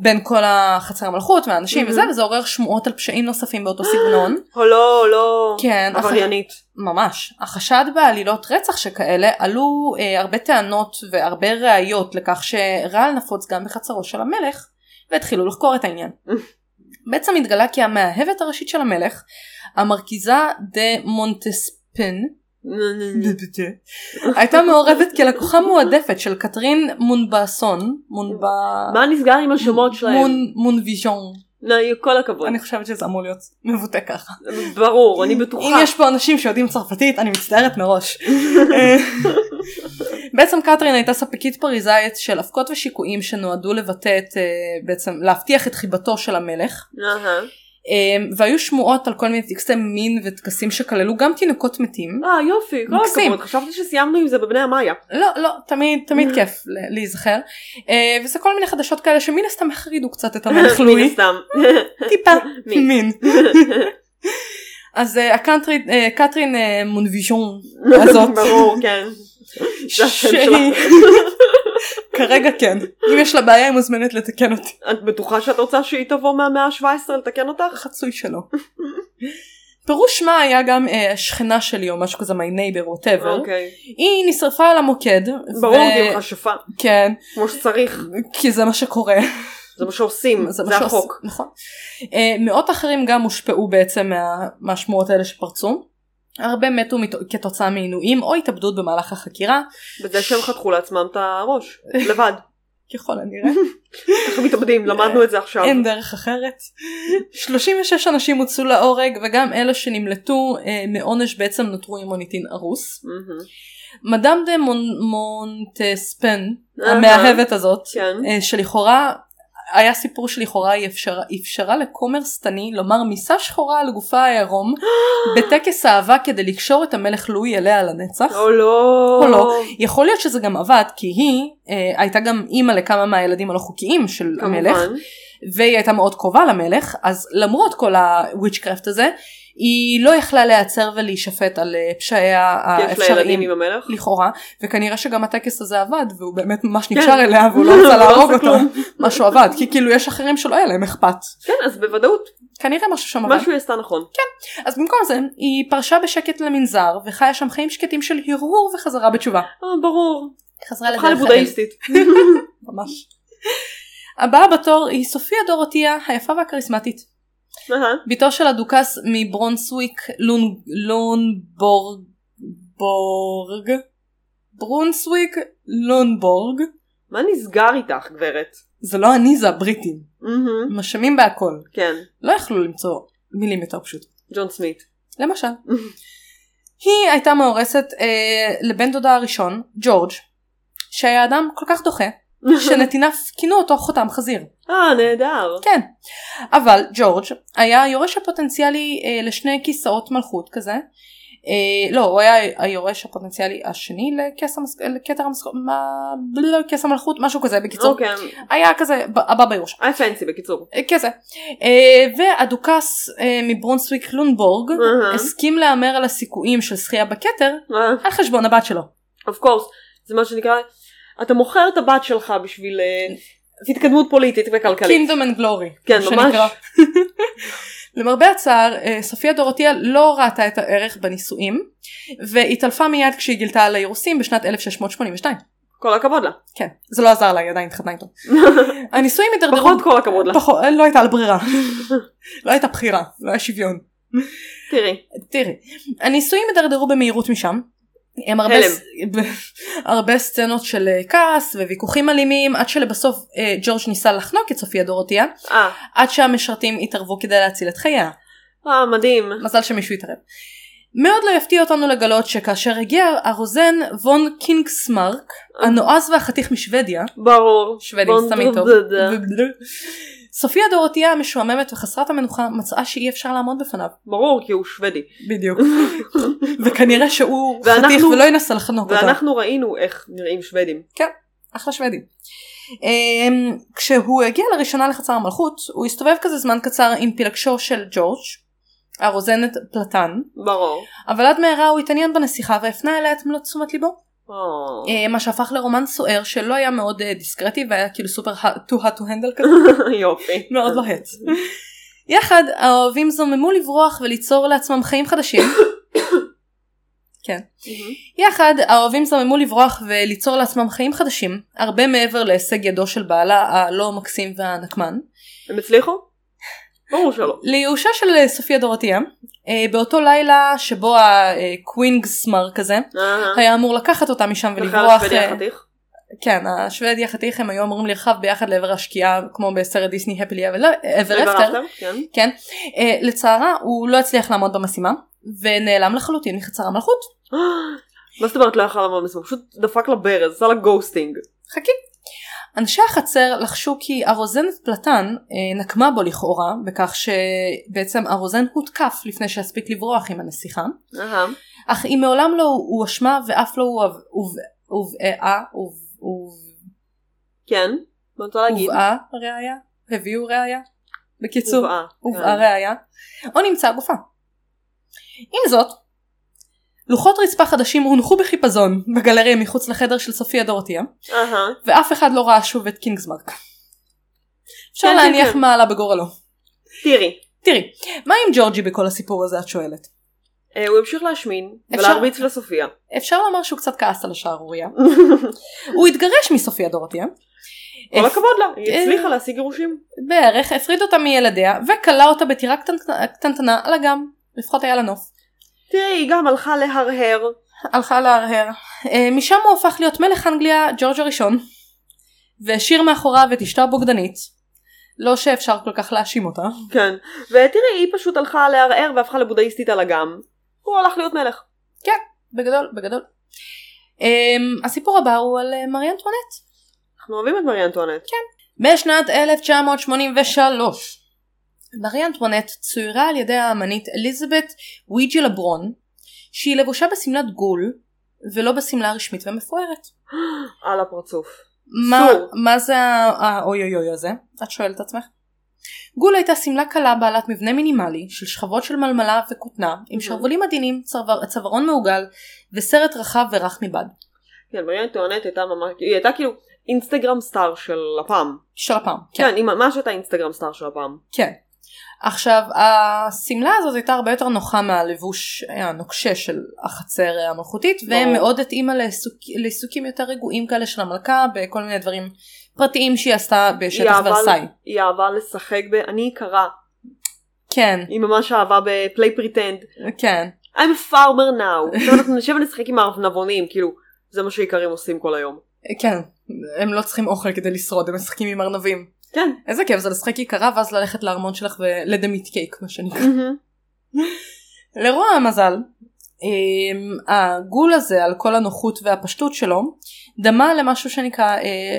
בין כל החצר המלכות והאנשים
מהמם.
וזה, וזה עורר שמועות על פשעים נוספים באותו סגנון.
או לא, לא.
כן, אך-
עבריינית.
ממש. החשד בעלילות רצח שכאלה עלו אה, הרבה טענות והרבה ראיות לכך שרעל נפוץ גם בחצרו של המלך, והתחילו לחקור את העניין. בעצם התגלה כי המאהבת הראשית של המלך, המרכיזה דה מונטספן, הייתה מעורבת כלקוחה מועדפת של קטרין מונבאסון, מונבא...
מה נסגר עם השמות שלהם?
מון- מונביז'ון.
נו, כל הכבוד.
אני חושבת שזה אמור להיות מבוטא ככה.
ברור, אני
אם
בטוחה.
יש פה אנשים שיודעים צרפתית, אני מצטערת מראש. אה, בעצם קתרין הייתה ספקית פריזאית של אבקות ושיקויים שנועדו לבטא את, אה, בעצם להבטיח את חיבתו של המלך.
אהה.
אה, והיו שמועות על כל מיני טקסי מין וטקסים שכללו גם תינוקות מתים.
אה יופי, כל
מקסים.
הכבוד, חשבתי שסיימנו עם זה בבני המאיה.
לא, לא, תמיד, תמיד כיף ל- להיזכר. אה, וזה כל מיני חדשות כאלה שמן הסתם החרידו קצת את המלך
מן
לואי.
הסתם.
טיפה.
מין.
מין. אז אה, הקאנטרי- אה, קתרין אה, מונביז'ון הזאת.
לא, ברור, כן. זה השם
שהיא... כרגע כן. אם יש לה בעיה היא מוזמנת לתקן אותי.
את בטוחה שאת רוצה שהיא תבוא מהמאה ה-17 לתקן אותך?
חצוי שלא. פירוש שמה היה גם אה, שכנה שלי או משהו כזה, my neighbor, whatever.
אוקיי.
היא נשרפה על המוקד.
ברור,
ו-
כי היא מכשפה,
כן,
כמו שצריך.
כי זה מה שקורה.
זה מה שעושים,
זה מה
זה
שעוש-
החוק.
נכון. אה, מאות אחרים גם הושפעו בעצם מה- מהשמועות האלה שפרצו. הרבה מתו מת- כתוצאה מעינויים או התאבדות במהלך החקירה,
בזה שהם חתכו לעצמם את הראש, לבד.
ככל הנראה.
ככה מתאבדים, למדנו את זה עכשיו.
אין דרך אחרת. 36 אנשים הוצאו להורג וגם אלה שנמלטו אה, מעונש בעצם נותרו עם מוניטין ארוס.
מהמם.
מדאם דה מונ... מונטספן
אהה.
המאהבת הזאת
כן.
אה, שלכאורה היה סיפור שלכאורה היא אפשרה, אפשרה לכומר שטני לומר מיסה שחורה על גופה העירום בטקס אהבה כדי לקשור את המלך לואי אליה לנצח.
או לא.
אה, או לא. יכול להיות שזה גם עבד כי היא אה, הייתה גם אימא לכמה מהילדים הלא חוקיים של המלך.
כמובן.
והיא הייתה מאוד קרובה למלך אז למרות כל הוויצ'קרפט הזה היא לא יכלה להיעצר ולהישפט על אה, פשעיה
יש לה ילדים
האפשריים
עם המלך?
לכאורה וכנראה שגם הטקס הזה עבד והוא באמת ממש
כן.
נקשר אליה והוא לא
הוא
רצה
לא
להרוג
עשה
אותה
כלום.
משהו עבד כי כאילו יש אחרים שלא היה להם אכפת
כן, אז בוודאות,
כנראה משהו שם עבד
משהו היא עשתה נכון.
כן. אז במקום זה היא פרשה בשקט למנזר וחיה שם חיים שקטים של הרהור וחזרה בתשובה
אה, ברור.
חזרה
הפכה
לדרך האל.
לבודהיסטית.
ממש. הבאה בתור היא סופיה דורותיה היפה והכריסמטית.
אהה.
בתו של הדוכס מברונצוויק לונ... לונבורג בורג ברונסוויק לונבורג
מה נסגר איתך, גברת?
זה לא אני זה הבריטים
מהמם.
הם אשמים בהכל
כן,
לא יכלו למצוא מילים יותר פשוטות
ג'ון סמית.
למשל היא הייתה מאורסת אה, לבן דודה הראשון ג'ורג' שהיה אדם כל כך דוחה שנתיניו כינו אותו חותם חזיר
אה, נהדר.
כן. אבל ג'ורג' היה היורש הפוטנציאלי אה, לשני כיסאות מלכות כזה. אה, לא, הוא היה היורש הפוטנציאלי השני לכס המס... לכתר המס... מה... בלה, כס המלכות, משהו כזה בקיצור.
אוקיי,
היה כזה ב- הבא ביורש.
I fancy בקיצור.
אה, כזה. אה, והדוכס אה, מברונסוויק לונבורג
אהה.
הסכים להמר על הסיכויים של זכייה בכתר
אה,
על חשבון הבת שלו.
of course, זה מה שנקרא, אתה מוכר את הבת שלך בשביל אה, התקדמות פוליטית וכלכלית.
Kingdom and Glory.
כן,
מה
ממש.
שנקרא. למרבה הצער, אה, סופיה דורותיה לא ראתה את הערך בנישואים, והתעלפה מיד כשהיא גילתה על האירוסים בשנת 1682.
כל הכבוד לה.
כן, זה לא עזר לה, היא עדיין התחתנה איתו. הנישואים הידרדרו...
פחות כל הכבוד לה.
פחות, לא הייתה לה ברירה. לא הייתה בחירה, לא היה שוויון.
תראי,
תראי, הניסויים הידרדרו במהירות משם. הם הרבה,
הלם.
ס- הרבה סצנות של אה, כעס וויכוחים אלימים עד שלבסוף אה, ג'ורג' ניסה לחנוק את סופיה דורותיה
אה,
עד שהמשרתים התערבו כדי להציל את חייה.
אה, מדהים.
מזל שמישהו התערב. מאוד לא יפתיע אותנו לגלות שכאשר הגיע הרוזן וון קינגסמרק
אה.
הנועז והחתיך משוודיה
ברור.
שוודים
בונד-
סתם איתו.
דודה.
סופיה דורותיה המשועממת וחסרת המנוחה מצאה שאי אפשר לעמוד בפניו.
ברור, כי הוא שוודי.
בדיוק. וכנראה שהוא
ואנחנו-
חתיך ולא ינסה לחנוק אותה.
ואנחנו ראינו איך נראים שוודים.
אחלה שוודי. אמ, כשהוא הגיע לראשונה לחצר המלכות הוא הסתובב כזה זמן קצר עם פילגשו של ג'ורג' הרוזנת פלטן
ברור.
אבל עד מהרה הוא התעניין בנסיכה והפנה אליה את מלוא תשומת ליבו.
אה.
אה, מה שהפך לרומן סוער שלא היה מאוד אה, דיסקרטי והיה כאילו סופר ה- too hot to handle כזה,
יופי.
מאוד לוהט. יחד האוהבים זוממו לברוח וליצור לעצמם חיים חדשים. כן.
מהמם.
יחד האוהבים זוממו לברוח וליצור לעצמם חיים חדשים, הרבה מעבר להישג ידו של בעלה הלא מקסים והנקמן.
הם הצליחו? ברור שלא.
לייאושה של אה, סופיה דורותיה, אה, באותו לילה שבו אה, הקווינגסמר כזה,
אהה.
היה אמור לקחת אותה משם
ולכן
ולברוח.
השוודי
אה,
החתיך.
כן, השוודי החתיך הם היו אמורים לרחב ביחד לעבר השקיעה כמו בסרט דיסני הפלי אבר אפטר.
ורפטר, כן.
כן. אה, לצערה הוא לא הצליח לעמוד במשימה ונעלם לחלוטין מחצר המלכות.
מה זאת אומרת לא יכל לעמוד בזה? הוא פשוט דפק לה ברז, עשה לה גוסטינג.
חכי. אנשי החצר לחשו כי הרוזנת פלטן אה, נקמה בו לכאורה בכך שבעצם הרוזן הותקף לפני שהספיק לברוח עם הנסיכה
אהה.
אך היא מעולם לא הואשמה ואף לא הוב- הוב- הובאה הוב- הוב-
כן. מה את רוצה להגיד?
הובאה ראיה הביאו ראיה בקיצור
הובאה.
הובאה ראיה, או נמצא גופה. עם זאת, לוחות רצפה חדשים הונחו בחיפזון בגלריה מחוץ לחדר של סופיה דורתיה,
אהה.
ואף אחד לא ראה שוב את קינגסמרק. אפשר
כן, כן,
להניח
כן.
מה עלה בגורלו.
תראי.
תראי, מה עם ג'ורג'י בכל הסיפור הזה את שואלת?
אה, הוא המשיך להשמין
אפשר-
ולהרביץ לסופיה.
אפשר לומר שהוא קצת כעס על השערורייה. הוא התגרש מסופיה דורתיה.
כל
הפ-
הכבוד לה, היא
אה.
הצליחה להשיג גירושים.
בערך הפריד אותה מילדיה וכלא אותה בטירה קטנטנה- קטנטנה על אגם. לפחות היה לה נוף.
תראי, היא גם הלכה להרהר.
הלכה להרהר. אה, משם הוא הפך להיות מלך אנגליה ג'ורג' הראשון, והשאיר מאחוריו את אשתו הבוגדנית. לא שאפשר כל כך להאשים אותה.
כן. ותראי, היא פשוט הלכה להרהר והפכה לבודהיסטית על אגם. הוא הלך להיות מלך.
בגדול, בגדול. Um, הסיפור הבא הוא על אה, מרי אנטואנט.
אנחנו אוהבים את מרי אנטואנט.
כן. בשנת 1983. מרי אנטואנט צוירה על ידי האמנית אליזבת ויג'י לברון, שהיא לבושה בשמלת גול, ולא בשמלה רשמית ומפוארת.
על הפרצוף.
מה,
צור.
מה זה האוי אוי אוי הזה? את שואלת את עצמך? גול הייתה שמלה קלה בעלת מבנה מינימלי של שכבות של מלמלה וכותנה
אוקיי.
עם שרוולים עדינים, צוואר- צווארון מעוגל וסרט רחב ורך מבד.
כן, מריאן טואנט הייתה ממש, היא הייתה כאילו אינסטגרם סטאר של הפעם.
של הפעם.
כן, היא ממש הייתה אינסטגרם סטאר של הפעם.
כן. עכשיו השמלה הזאת הייתה הרבה יותר נוחה מהלבוש הנוקשה של החצר המלכותית
ברור.
ומאוד התאימה לעיסוק, לעיסוקים יותר רגועים כאלה של המלכה בכל מיני דברים פרטיים שהיא עשתה בשטח
היא
ורסאי.
אהבה, היא אהבה לשחק ב... אני יקרה.
כן,
היא ממש אהבה ב-play pretend.
כן,
I'm a farmer now. עכשיו אנחנו נשב ונשחק עם הארנבונים, כאילו, זה מה שאיכרים עושים כל היום.
כן. הם לא צריכים אוכל כדי לשרוד, הם משחקים עם ארנבים.
כן.
איזה כיף זה לשחק יקרה ואז ללכת לארמון שלך ולדמית קייק מה שנקרא.
מהמם.
לרוע המזל, אמ, הגול הזה על כל הנוחות והפשטות שלו, דמה למשהו שנקרא אה,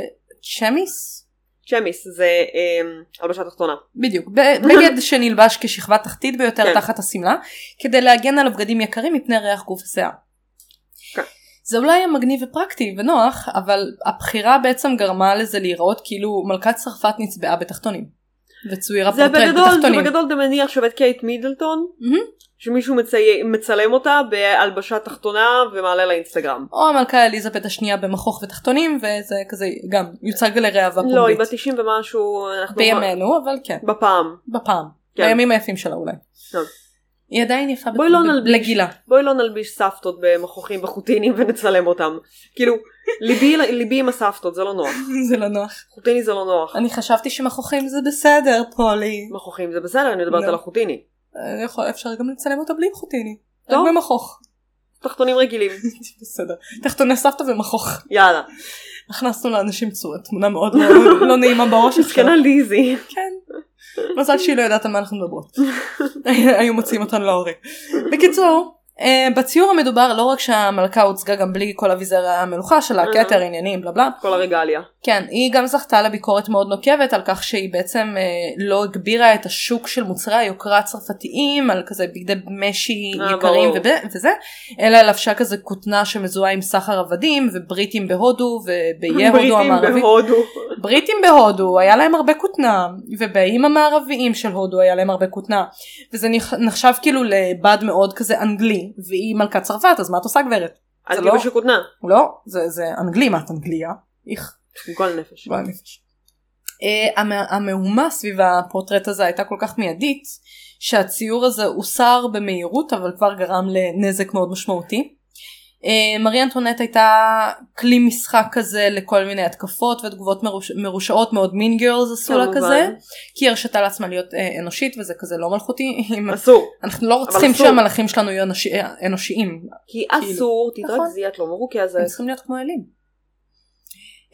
צ'מיס?
צ'מיס זה אמ, הלבשה תחתונה.
בדיוק, ב- בגד שנלבש כשכבה תחתית ביותר
כן.
תחת השמלה, כדי להגן על בגדים יקרים מפני ריח גוף השיער.
כן.
זה אולי היה מגניב ופרקטי ונוח, אבל הבחירה בעצם גרמה לזה להיראות כאילו מלכת צרפת נצבעה בתחתונים. וצוירה
זה
פורטרט
בגדול, זה
בתחתונים.
בגדול דמייני עכשיו את קייט מידלטון,
מהמם.
שמישהו מצי- מצלם אותה בהלבשה תחתונה ומעלה לאינסטגרם.
או המלכה אליזבת השנייה במכוך ותחתונים וזה כזה גם יוצג לראווה פומבית.
לא, היא בת 90 ומשהו, אנחנו...
בימינו אבל כן
בפעם.
בפעם
כן.
בימים היפים שלה אולי.
טוב.
היא עדיין יפה
בואי לא נלביש.
לגילה.
בואי לא נלביש סבתות במכוחים וחוטינים ונצלם אותם. כאילו, ליבי, ליבי עם הסבתות, זה לא נוח.
זה לא נוח.
חוטיני זה לא נוח.
אני חשבתי שמכוכים זה בסדר פולי.
מכוחים זה בסדר, אני מדברת
לא.
על החוטיני.
אה, יכול- אפשר גם לצלם אותו בלי חוטיני. רק
טוב.
במכוך.
תחתונים רגילים.
בסדר. תחתוני סבתא ומכוך.
יאללה.
הכנסנו לאנשים צורה תמונה מאוד לא- לא נעימה בראש. עכשיו.
מסכנה ליזי.
כן. מזל שהיא לא יודעת על מה אנחנו מדברות. היו מוציאים אותנו להורים. בקיצור, אה, בציור המדובר לא רק שהמלכה הוצגה גם בלי כל אביזר המלוכה שלה,
אהה.
כתר, עניינים, בלה בלה,
כל הרגליה.
כן, היא גם זכתה לביקורת מאוד נוקבת על כך שהיא בעצם אה, לא הגבירה את השוק של מוצרי היוקרה הצרפתיים, על כזה בגדי משי
אה,
יקרים
ברור.
וב- וזה, אלא לבשה כזה כותנה שמזוהה עם סחר עבדים ובריטים בהודו ובאיי הודו
בריטים
המערבית.
בהודו.
בריטים בהודו היה להם הרבה כותנה ובאיים המערביים של הודו היה להם הרבה כותנה וזה נח- נחשב כאילו לבד מאוד כזה אנגלי והיא מלכת צרפת אז מה את עושה גברת?
אל
זה
תהיי
לא-
בשכותנה.
לא זה זה אנגלי מה את אנגליה? איך
עם כל נפש.
שבועה נפש. אה, המ- המהומה סביב הפורטרט הזה הייתה כל כך מיידית שהציור הזה הוסר במהירות אבל כבר גרם לנזק מאוד משמעותי. אה, מרי אנטונט הייתה כלי משחק כזה לכל מיני התקפות ותגובות מרוש... מרושעות מאוד מין גרלס עשו לה
כמובן.
כזה כי היא הרשתה לעצמה להיות אה, אנושית וזה כזה לא מלכותי אם-
אסור. כי
אנחנו לא רוצים
אסור.
שהמלאכים שלנו יהיו אנושי... אה, אנושיים
אסור,
נכון.
תתרכזי, את לא מרוכזת.
הם צריכים להיות כמו אלים.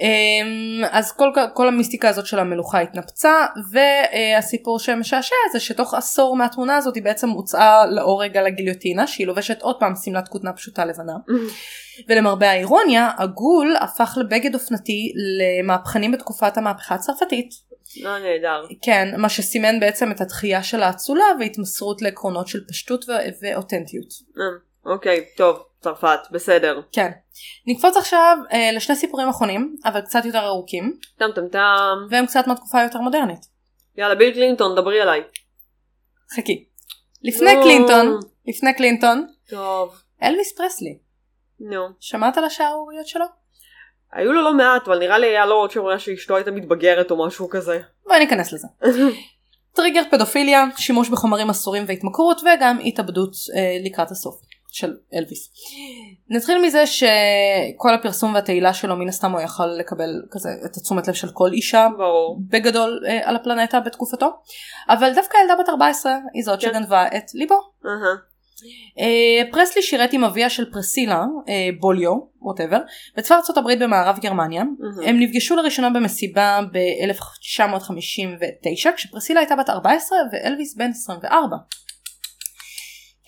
אמ, אז כל, כל המיסטיקה הזאת של המלוכה התנפצה והסיפור שמשעשע זה שתוך עשור מהתמונה הזאת היא בעצם הוצאה להורג על הגיליוטינה שהיא לובשת עוד פעם שמלת כותנה פשוטה לבנה ולמרבה האירוניה הגול הפך לבגד אופנתי למהפכנים בתקופת המהפכה הצרפתית
לא נהדר.
כן מה שסימן בעצם את התחייה של האצולה והתמסרות לעקרונות של פשטות ו- ואותנטיות.
אה, אוקיי, טוב, צרפת, בסדר.
כן. נקפוץ עכשיו אה, לשני סיפורים אחרונים, אבל קצת יותר ארוכים,
טם טם טם.
והם קצת מהתקופה היותר מודרנית.
יאללה, ביל קלינטון, דברי עליי.
חכי. לפני
נו.
קלינטון, לפני קלינטון,
טוב.
אלוויס פרסלי.
נו.
שמעת על השערוריות שלו?
היו לו לא מעט, אבל נראה לי היה לו עוד שאומרה שאשתו הייתה מתבגרת או משהו כזה.
בואי ניכנס לזה. טריגר פדופיליה, שימוש בחומרים אסורים והתמכרות, וגם התאבדות אה, לקראת הסוף של אלוויס. נתחיל מזה שכל הפרסום והתהילה שלו מן הסתם הוא יכל לקבל כזה את התשומת לב של כל אישה
ברור.
בגדול אה, על הפלנטה בתקופתו אבל דווקא ילדה בת 14 היא זאת
כן.
שגנבה את ליבו.
אהה.
אה, פרסלי שירת עם אביה של פרסילה אה, בוליו ווטאבר בצבא ארצות הברית במערב גרמניה
אהה.
הם נפגשו לראשונה במסיבה ב-1959 כשפרסילה הייתה בת 14 ואלוויס בן 24.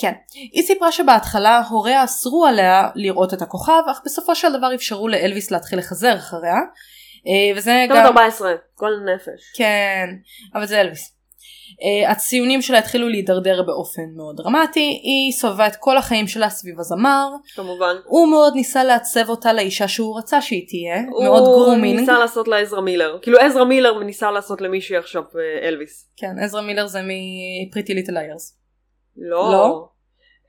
כן, היא סיפרה שבהתחלה הוריה אסרו עליה לראות את הכוכב אך בסופו של דבר אפשרו לאלוויס להתחיל לחזר אחריה אה, וזה
הייתה
גם...
בת 14. כל נפש.
כן, אבל זה אלוויס. אה, הציונים שלה התחילו להידרדר באופן מאוד דרמטי, היא סובבה את כל החיים שלה סביב הזמר,
כמובן.
הוא מאוד ניסה לעצב אותה לאישה שהוא רצה שהיא תהיה, מאוד
הוא
גרומינג.
ניסה לעשות לה עזרא מילר. כאילו עזרא מילר ניסה לעשות למישהי עכשיו אה, אלוויס.
כן, עזרא מילר זה מפריטי ליטל איירס.
לא.
לא?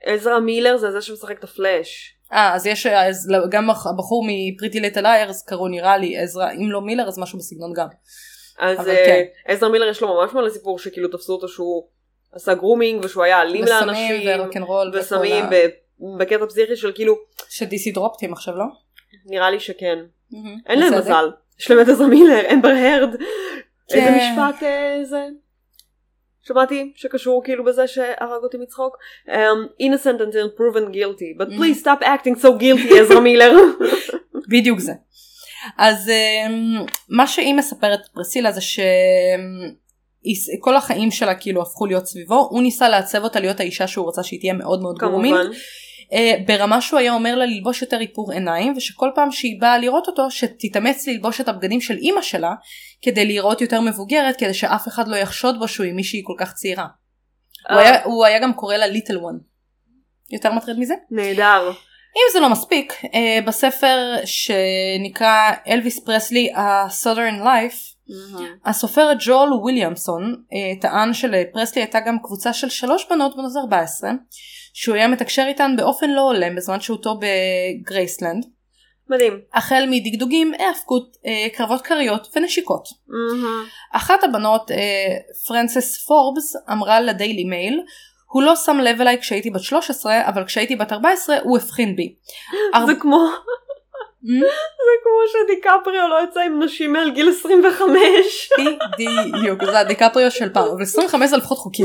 עזרא מילר זה זה שמשחק את הפלאש.
אה, אז יש אה, אז לא, גם הח- הבחור מפריטי ליטל איירס קראו נראה לי עזרא, אם לא מילר אז משהו בסגנון גם.
אז
אבל
אה,
כן.
עזרא מילר יש לו ממש מלא סיפור שכאילו תפסו אותו שהוא עשה גרומינג ושהוא היה אלים
וסמים
לאנשים.
ורוקנרול וכל
וסמים
ה-
ב- בקטע פסיכי של כאילו
שדיסי דרופטים עכשיו לא?
נראה לי שכן.
מהמם.
אין להם
בצדק.
מזל. יש להם את עזרא מילר, אמבר הרד.
כן.
איזה משפט אה, זה. שמעתי שקשור כאילו בזה שהרג אותי מצחוק. Um, innocent until proven guilty,
Mm-hmm.
but please stop acting so guilty, עזרא מילר.
בדיוק זה. אז אמ, מה שהיא מספרת פרסילה זה אמ, שכל החיים שלה כאילו הפכו להיות סביבו, הוא ניסה לעצב אותה להיות האישה שהוא רצה שהיא תהיה מאוד מאוד גרומית,
כמובן.
אה, ברמה שהוא היה אומר לה ללבוש יותר איפור עיניים ושכל פעם שהיא באה לראות אותו שתתאמץ ללבוש את הבגדים של אימא שלה כדי להיראות יותר מבוגרת כדי שאף אחד לא יחשוד בו שהוא עם מישהי כל כך צעירה. הוא,
אה,
היה, הוא היה גם קורא לה ליטל וואן. יותר מטריד מזה?
נהדר.
אם זה לא מספיק, אה, בספר שנקרא אלוויס פרסלי ה-Southern Life, הסופר ג'ול וויליאמסון אה, טען שלפרסלי הייתה גם קבוצה של שלוש בנות בנות 14, שהוא היה מתקשר איתן באופן לא הולם בזמן שהותו בגרייסלנד,
מדהים.
החל מדגדוגים, היאבקות, אה, קרבות קריות ונשיקות. Mm-hmm.
מהמם.
אחת הבנות, אה, פרנסס פורבס, אמרה לדיילי מייל, הוא לא שם לב אליי כשהייתי בת 13, אבל כשהייתי בת 14 הוא הבחין בי. ארבע- Mm-hmm.
זה כמו
מ?
זה כמו שדיקפריו לא יצא עם נשים מעל גיל 25.
בדיוק, זה הדיקפריו של פעם, אבל 25 זה לפחות חוקי.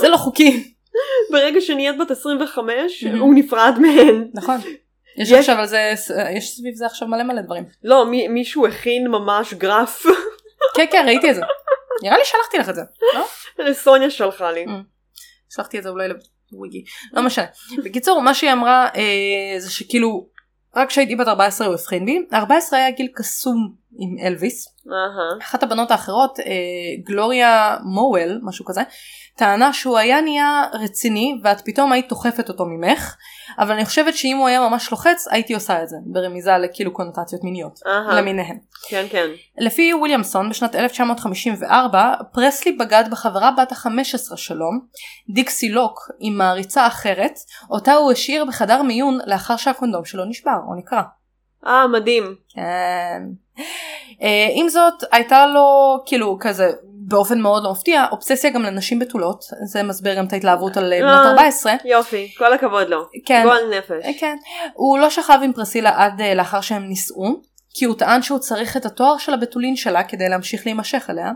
זה לא חוקי.
ברגע שנהיית בת 25
מהמם.
הוא נפרד מהן.
נכון. יש
יש-
עכשיו על זה, יש סביב זה עכשיו מלא מלא דברים.
לא מי- מישהו הכין ממש גרף.
כן כן ראיתי את זה. נראה לי שלחתי לך את זה. לא?
סוניה שלחה לי.
שלחתי את זה אולי לוויגי. לא משנה. בקיצור מה שהיא אמרה אה, זה שכאילו רק כשהייתי בת 14 הוא הבחין בי. 14 היה גיל קסום עם אלוויס.
אהה.
אחת הבנות האחרות, אה, גלוריה מואל, משהו כזה, טענה שהוא היה נהיה רציני ואת פתאום היית דוחפת אותו ממך, אבל אני חושבת שאם הוא היה ממש לוחץ הייתי עושה את זה, ברמיזה לכאילו קונוטציות מיניות,
אהה.
למיניהן.
כן כן.
לפי וויליאמסון בשנת 1954, פרסלי בגד בחברה בת ה-15 שלו, דיקסי לוק, עם מעריצה אחרת, אותה הוא השאיר בחדר מיון לאחר שהקונדום שלו נשבר או נקרע.
אה מדהים.
כן. אה, עם זאת הייתה לו כאילו כזה באופן מאוד לא מפתיע אובססיה גם לנשים בתולות זה מסביר גם את ההתלהבות על אה, בנות
אה.
14.
יופי. כל הכבוד לו.
כן.
גועל נפש.
אה, כן. הוא לא שכב עם פרסילה עד אה, לאחר שהם נישאו כי הוא טען שהוא צריך את התואר של הבתולין שלה כדי להמשיך להימשך אליה.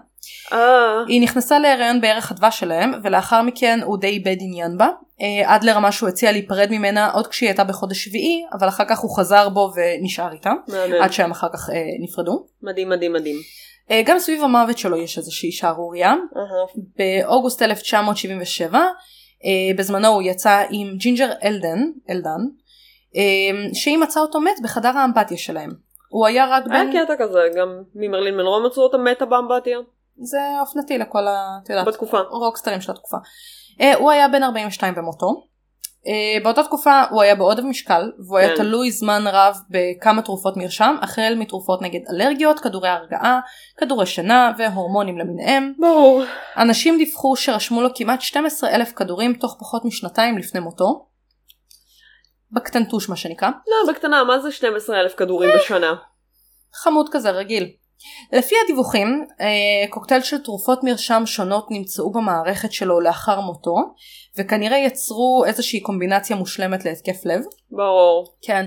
אה.
היא נכנסה להיריון בערך הדבש שלהם ולאחר מכן הוא די איבד עניין בה אה, עד לרמה שהוא הציע להיפרד ממנה עוד כשהיא הייתה בחודש שביעי אבל אחר כך הוא חזר בו ונשאר איתה
מהמם.
עד שהם אחר כך אה, נפרדו.
מדהים מדהים מדהים.
אה, גם סביב המוות שלו יש איזושהי שערורייה. אה.
אהה.
באוגוסט 1977, אה, בזמנו הוא יצא עם ג'ינג'ר אלדן, אלדן, אה, שהיא מצאה אותו מת בחדר האמבטיה שלהם. הוא היה רק
היה
בן...
קטע כזה גם ממרלין מנרו מצאו אותה מתה באמבטיה.
זה אופנתי לכל ה... את יודעת,
בתקופה.
רוקסטרים של התקופה. אה, הוא היה בן 42 במותו. אה, באותה תקופה הוא היה בעודף משקל והוא היה
כן.
תלוי זמן רב בכמה תרופות מרשם, החל מתרופות נגד אלרגיות, כדורי הרגעה, כדורי שינה והורמונים למיניהם.
ברור.
אנשים דיווחו שרשמו לו כמעט 12 אלף כדורים תוך פחות משנתיים לפני מותו. בקטנטוש מה שנקרא.
לא בקטנה מה זה 12 אלף
אה.
כדורים בשנה.
חמוד כזה רגיל. לפי הדיווחים, אה, קוקטייל של תרופות מרשם שונות נמצאו במערכת שלו לאחר מותו, וכנראה יצרו איזושהי קומבינציה מושלמת להתקף לב.
ברור.
כן.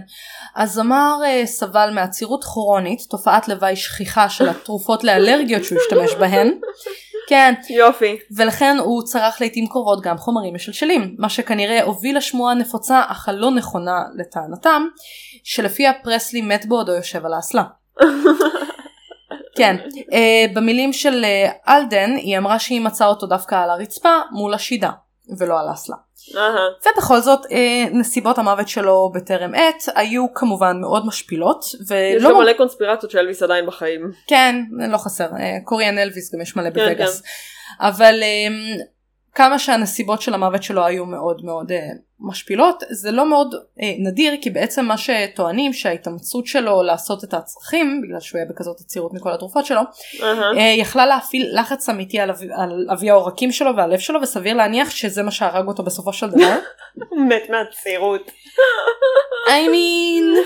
הזמר אה, סבל מעצירות כרונית, תופעת לוואי שכיחה של התרופות לאלרגיות שהוא השתמש בהן. כן,
יופי.
ולכן הוא צרך לעיתים קרובות גם חומרים משלשלים, מה שכנראה הוביל לשמועה נפוצה אך הלא נכונה לטענתם, שלפיה פרסלי מת בעודו יושב על האסלה. כן, uh, במילים של אה, אלדן היא אמרה שהיא מצאה אותו דווקא על הרצפה מול השידה ולא על האסלה.
אהה.
ובכל זאת אה, נסיבות המוות שלו בטרם עת היו כמובן מאוד משפילות
יש
ולא
גם
אה, לא מ-
מלא קונספירציות שאלוויס עדיין בחיים.
כן, לא חסר. אה, קוריאן אלוויס גם יש מלא
כן,
בווגאס. אבל אמ, כמה שהנסיבות של המוות שלו היו מאוד מאוד אה, משפילות, זה לא מאוד אה, נדיר, כי בעצם מה שטוענים שההתאמצות שלו לעשות את הצרכים, בגלל שהוא היה בכזאת עצירות מכל התרופות שלו,
אהה.
אה, יכלה להפעיל לחץ אמיתי על אבי- על אבי העורקים שלו והלב שלו, וסביר להניח שזה מה שהרג אותו בסופו של דבר.
הוא מת מהצעירות.
I mean,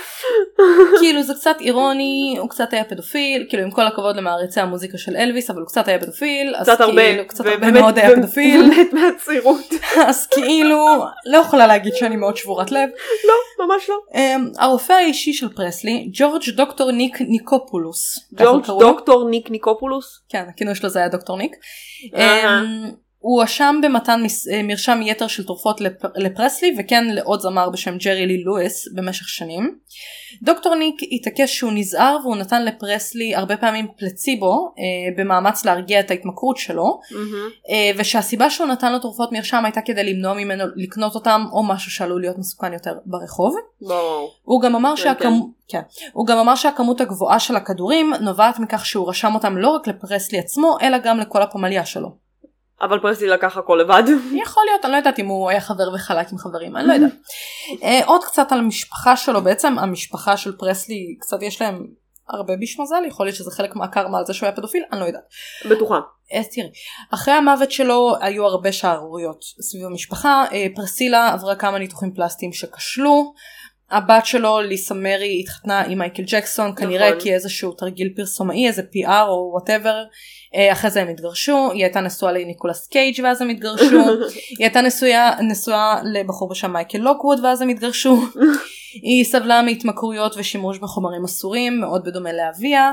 כאילו זה קצת אירוני, הוא קצת היה פדופיל, כאילו עם כל הכבוד למעריצי המוזיקה של אלוויס, אבל הוא קצת היה פדופיל, אז
קצת הרבה.
כאילו, קצת הרבה
ובאמת-
מאוד היה
ו-
פדופיל,
ומת מהצעירות.
אז כאילו, לא יכולה להגיד שאני מאוד שבורת לב.
לא, ממש לא.
אמ, הרופא האישי של פרסלי, ג'ורג' דוקטור ניק ניקופולוס. ככה
ג'ורג'
קראו לו.
דוקטור ניק ניקופולוס.
כן, הכינוי שלו זה היה דוקטור ניק.
אהה.
אמ, הוא הואשם במתן מס- אה, מרשם יתר של תרופות לפ- לפרסלי וכן לעוד זמר בשם ג'רי לי לואיס במשך שנים. דוקטור ניק התעקש שהוא נזהר והוא נתן לפרסלי הרבה פעמים פלציבו אה, במאמץ להרגיע את ההתמכרות שלו אה, ושהסיבה שהוא נתן לו תרופות מרשם הייתה כדי למנוע ממנו לקנות אותם או משהו שעלול להיות מסוכן יותר ברחוב.
ברור.
הוא גם אמר,
כן,
שהכמו... כן. הוא גם אמר שהכמות הגבוהה של הכדורים נובעת מכך שהוא רשם אותם לא רק לפרסלי עצמו, אלא גם לכל הפמליה שלו.
אבל פרסלי לקח הכל לבד.
יכול להיות, אני לא יודעת אם הוא היה חבר וחלק עם חברים, אני לא יודעת. אה, עוד קצת על המשפחה שלו, בעצם המשפחה של פרסלי, קצת יש להם הרבה בישמזל, יכול להיות שזה חלק מהקרמה על זה שהוא היה פדופיל, אני לא יודעת.
בטוחה.
אז תראי, אחרי המוות שלו היו הרבה שערוריות סביב המשפחה, אה, פרסילה עברה כמה ניתוחים פלסטיים שכשלו, הבת שלו ליסה מרי התחתנה עם מייקל ג'קסון כנראה
נכון.
כי איזשהו תרגיל פרסומאי איזה PR או וואטאבר, אחרי זה הם התגרשו, היא הייתה נשואה לניקולס קייג' ואז הם התגרשו, היא הייתה נשואה, נשואה לבחור בשם מייקל לוקווד ואז הם התגרשו. היא סבלה מהתמכרויות ושימוש בחומרים אסורים, מאוד בדומה לאביה.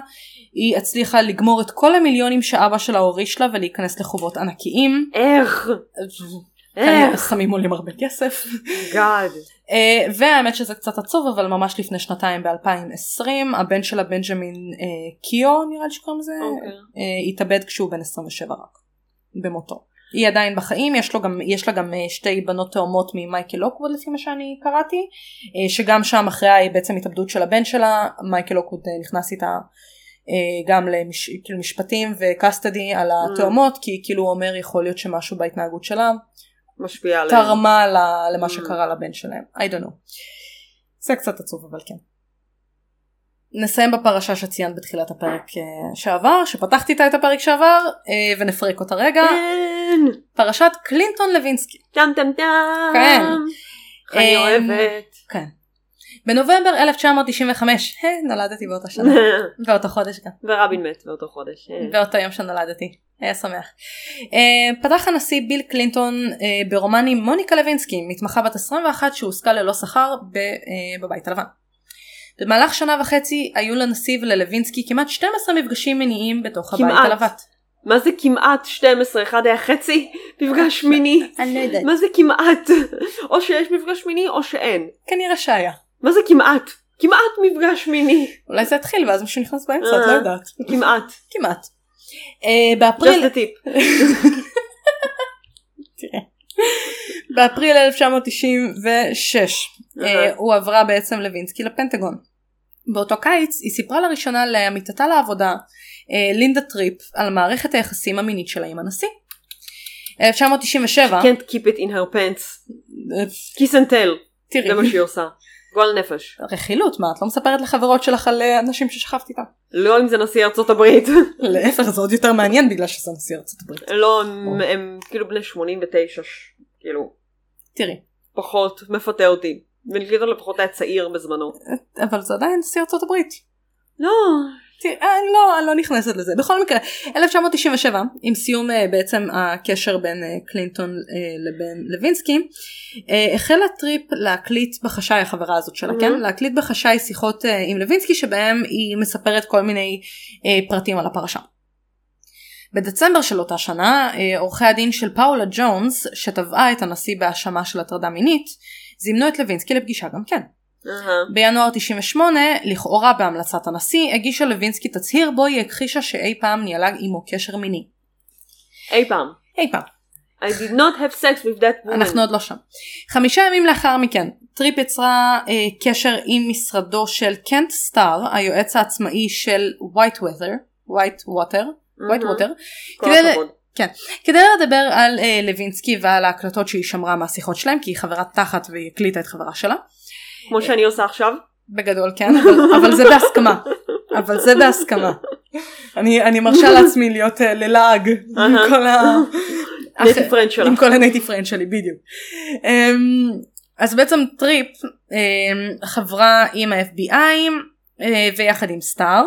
היא הצליחה לגמור את כל המיליונים שאבא שלה הוריש לה ולהיכנס לחובות ענקיים.
איך? כן.
כנראה
איך?
סמים עולים הרבה כסף.
גאד.
אה, והאמת שזה קצת עצוב, אבל ממש לפני שנתיים ב-2020, הבן שלה בנג'מין אה, קיו, נראה לי שקוראים לזה,
אוקיי.
אה, התאבד כשהוא בן 27 רק, במותו. היא עדיין בחיים, יש, לו גם, יש לה גם אה, שתי בנות תאומות ממייקל לוקווד לפי מה שאני קראתי, אה, שגם שם אחרי ה- בעצם התאבדות של הבן שלה, מייקל לוקווד אה, נכנס איתה אה, גם למשפטים וקסטדי על התאומות, כי כאילו הוא אומר יכול להיות שמשהו בהתנהגות שלה
משפיע עליהם.
תרמה ל- למה
Mm.
שקרה לבן שלהם, I don't know. זה קצת עצוב אבל כן. נסיים בפרשה שציינת בתחילת הפרק אה, שעבר, שפתחת איתה את הפרק שעבר, אה, ונפרק אותה רגע,
כן.
פרשת קלינטון לוינסקי.
טם טם טם.
כן.
איך אני
אמ,
אוהבת.
כן. בנובמבר 1995, אה, נולדתי באותה שנה, באותו חודש גם.
ורבין מת באותו חודש. אה.
באותו יום שנולדתי. היה שמח. אה, פתח הנשיא ביל קלינטון אה, ברומן עם מוניקה לוינסקי, מתמחה בת 21 שהועסקה ללא שכר ב- אה, בבית הלבן. במהלך שנה וחצי היו לנשיא וללוינסקי כמעט 12 מפגשים מיניים בתוך הבית
כמעט.
הלבן.
מה זה כמעט 12? אחד היה חצי? מפגש מיני.
אני לא יודעת.
מה זה כמעט? או שיש מפגש מיני או שאין.
כנראה שהיה.
מה זה כמעט? כמעט מפגש מיני.
אולי זה התחיל ואז מישהו נכנס באמצע, את לא
אה.
יודעת.
כמעט.
כמעט. אה, באפריל
just a tip.
באפריל 1996
אהה.
אה, הוא עברה בעצם לוינסקי לפנטגון. באותו קיץ היא סיפרה לראשונה לעמיתתה לעבודה אה, לינדה טריפ על מערכת היחסים המינית שלה עם הנשיא. 1997,
can't keep it in her pants.
אה,
kiss and tell.
תראי,
זה מה שהיא עושה. גועל נפש.
רכילות מה את לא מספרת לחברות שלך על אה, אנשים ששכבת איתם?
לא אם זה נשיא ארצות הברית.
להפך זה עוד יותר מעניין בגלל שזה נשיא ארצות הברית.
לא, הם- הם כאילו בני 89. ש- כאילו,
תראי,
פחות, מפתה אותי. ונקליטון לפחות היה צעיר בזמנו.
אבל זה עדיין נשיא ארצות הברית.
לא.
תראה, אני לא, אני לא נכנסת לזה. בכל מקרה, 1997, עם סיום אה, בעצם הקשר בין אה, קלינטון אה, לבין לוינסקי, אה, החלה טריפ להקליט בחשאי, החברה הזאת שלה, כן?
Mhm.
להקליט בחשאי שיחות אה, עם לוינסקי, שבהם היא מספרת כל מיני אה, פרטים על הפרשה. בדצמבר של אותה שנה, אה, עורכי הדין של פאולה ג'ונס, שתבעה את הנשיא בהאשמה של הטרדה מינית, זימנו את לוינסקי לפגישה גם כן.
אהה.
בינואר 98, לכאורה בהמלצת הנשיא, הגישה לוינסקי תצהיר בו היא הכחישה שאי פעם ניהלה עמו קשר מיני.
אי פעם.
אי פעם.
I did not have sex with that woman.
אנחנו עוד לא שם. חמישה ימים לאחר מכן, טריפ יצרה אה, קשר עם משרדו של קנט סטאר, היועץ העצמאי של White Weather, White Water, White
מהמם.
Water,
כל
כדי-
הכבוד.
כדי לדבר על אה, לוינסקי ועל ההקלטות שהיא שמרה מהשיחות שלהם, כי היא חברה תחת והיא הקליטה את חברה שלה. אה,
כמו שאני עושה עכשיו.
בגדול כן, אבל, אבל זה בהסכמה. אבל זה בהסכמה. אני, אני מרשה לעצמי להיות אה, ללעג עם
אהה.
כל ה...
דייטי פרנד שלה.
עם כל הנייטי פרנד שלי בדיוק. אמ, אז בעצם טריפ אמ, חברה עם ה-FBI אה, ויחד עם סטאר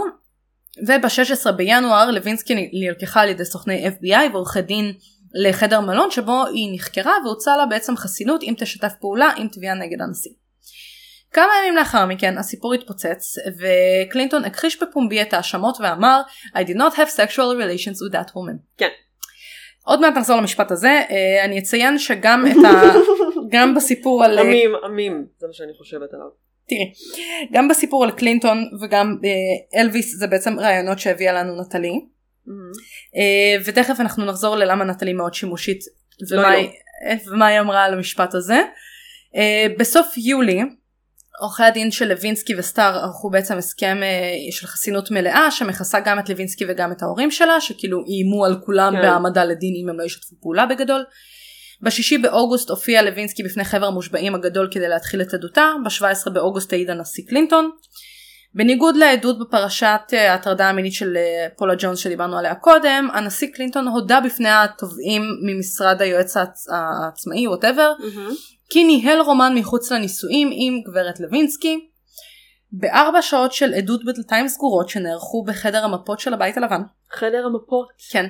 וב-16 בינואר לוינסקי נלקחה על ידי סוכני FBI ועורכי דין לחדר מלון שבו היא נחקרה והוצעה לה בעצם חסינות אם תשתף פעולה עם תביעה נגד הנשיא. כמה ימים לאחר מכן הסיפור התפוצץ וקלינטון הכחיש בפומבי את ההאשמות ואמר I did not have sexual relations with that woman.
כן.
עוד מעט נחזור למשפט הזה, אה, אני אציין שגם את ה... גם בסיפור על...
עמים, עמים, זה מה שאני חושבת עליו.
תראי, גם בסיפור על קלינטון וגם אה, אלוויס זה בעצם רעיונות שהביאה לנו נטלי.
Mm-hmm.
אה, ותכף אנחנו נחזור ללמה נטלי מאוד שימושית
לא,
ומה,
לא.
היא- אה, ומה היא אמרה על המשפט הזה. אה, בסוף יולי עורכי הדין של לוינסקי וסטאר ערכו בעצם הסכם אה, של חסינות מלאה שמכסה גם את לוינסקי וגם את ההורים שלה שכאילו איימו על כולם
כן.
בהעמדה לדין אם הם לא ישתפו פעולה בגדול. בשישי באוגוסט הופיע לוינסקי בפני חבר המושבעים הגדול כדי להתחיל את עדותה, ב-17 באוגוסט העיד הנשיא קלינטון. בניגוד לעדות בפרשת אה, ההטרדה המינית של אה, פולה ג'ונס שדיברנו עליה קודם, הנשיא קלינטון הודה בפני התובעים ממשרד היועץ העצ- העצמאי, ווטאבר, כי ניהל רומן מחוץ לנישואים עם גברת לוינסקי. בארבע שעות של עדות בדלתיים סגורות שנערכו בחדר המפות של הבית הלבן,
חדר המפות.
כן.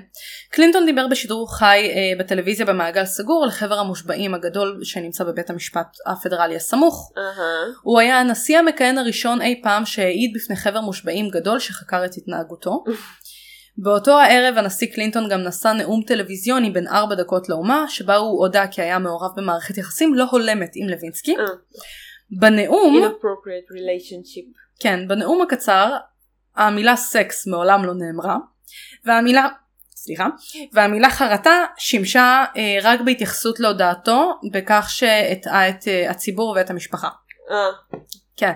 קלינטון דיבר בשידור חי אה, בטלוויזיה במעגל סגור לחבר המושבעים הגדול שנמצא בבית המשפט הפדרלי הסמוך. הוא היה הנשיא המכהן הראשון אי פעם שהעיד בפני חבר מושבעים גדול שחקר את התנהגותו. באותו הערב הנשיא קלינטון גם נשא נאום טלוויזיוני בן ארבע דקות לאומה, שבה הוא הודה כי היה מעורב במערכת יחסים לא הולמת עם לוינסקי.
אה.
בנאום,
Inappropriate relationship.
כן, בנאום הקצר, המילה סקס מעולם לא נאמרה, והמילה, סליחה, והמילה חרטה שימשה אה, רק בהתייחסות להודעתו, בכך שהטעה את אה, הציבור ואת המשפחה.
אה,
כן.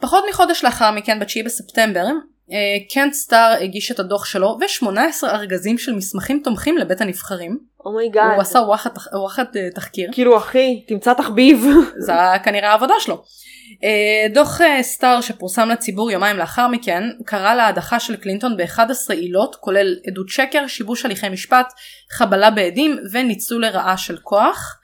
פחות מחודש לאחר מכן, ב-9 בספטמבר, אה, קנט סטאר הגיש את הדוח שלו ו-18 ארגזים של מסמכים תומכים לבית הנבחרים.
אומייגאד.
הוא עשה וואחד תח- וואחד, אה, תחקיר.
כאילו אחי, תמצא תחביב.
זה היה כנראה העבודה שלו. אה, דוח אה, סטאר שפורסם לציבור יומיים לאחר מכן קרא להדחה של קלינטון ב-11 עילות כולל עדות שקר, שיבוש הליכי משפט, חבלה בעדים וניצול לרעה של כוח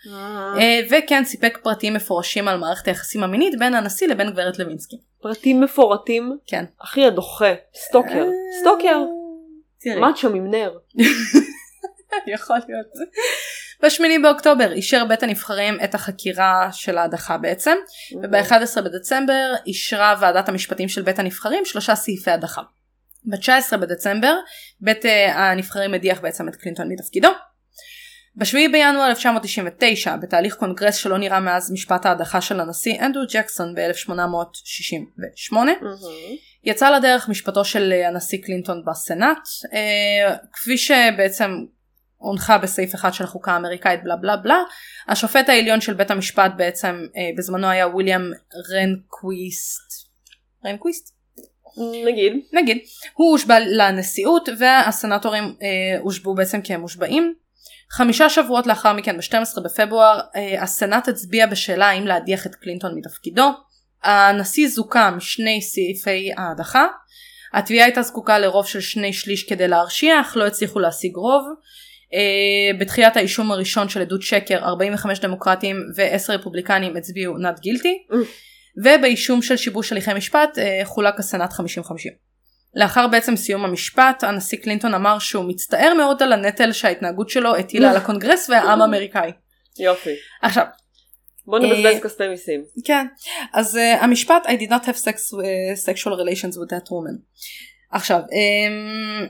אה, וכן סיפק פרטים מפורשים על מערכת היחסים המינית בין הנשיא לבין גברת לוינסקי.
פרטים מפורטים.
כן.
אחי הדוחה. סטוקר. סטוקר.
אה, תראי.
מאצ'ו עם נר.
יכול להיות. ב-8 באוקטובר אישר בית הנבחרים את החקירה של ההדחה בעצם, וב-11 בדצמבר אישרה ועדת המשפטים של בית הנבחרים שלושה סעיפי הדחה. ב-19 בדצמבר בית אה, הנבחרים הדיח בעצם את קלינטון מתפקידו. ב-7 בינואר 1999, בתהליך קונגרס שלא נראה מאז משפט ההדחה של הנשיא אנדרו ג'קסון ב-1868,
מהמם.
יצא לדרך משפטו של אה, הנשיא קלינטון בסנאט, אה, כפי שבעצם הונחה בסעיף 1 של החוקה האמריקאית בלה בלה בלה, השופט העליון של בית המשפט בעצם אה, בזמנו היה וויליאם רנקוויסט, רנקוויסט?
נגיד.
נגיד, הוא הושבע לנשיאות והסנטורים אה, הושבעו בעצם כי הם מושבעים. חמישה שבועות לאחר מכן, ב-12 בפברואר, אה, הסנאט הצביע בשאלה האם להדיח את קלינטון מתפקידו. הנשיא זוכה משני סעיפי ההדחה. התביעה הייתה זקוקה לרוב של שני שליש כדי להרשיע, אך לא הצליחו להשיג רוב. אה, בתחיית האישום הראשון של עדות שקר, 45 דמוקרטים ו-10 רפובליקנים הצביעו נאט גילטי.
אוף.
ובאישום של שיבוש הליכי משפט אה, חולק הסנאט 50-50. לאחר בעצם סיום המשפט, הנשיא קלינטון אמר שהוא מצטער מאוד על הנטל שההתנהגות שלו הטילה על הקונגרס והעם האמריקאי.
יופי.
עכשיו,
בוא
אה,
נבזבז כספי מיסים.
כן, אז uh, המשפט I did not have sex, uh, sexual relations with that woman. עכשיו, um,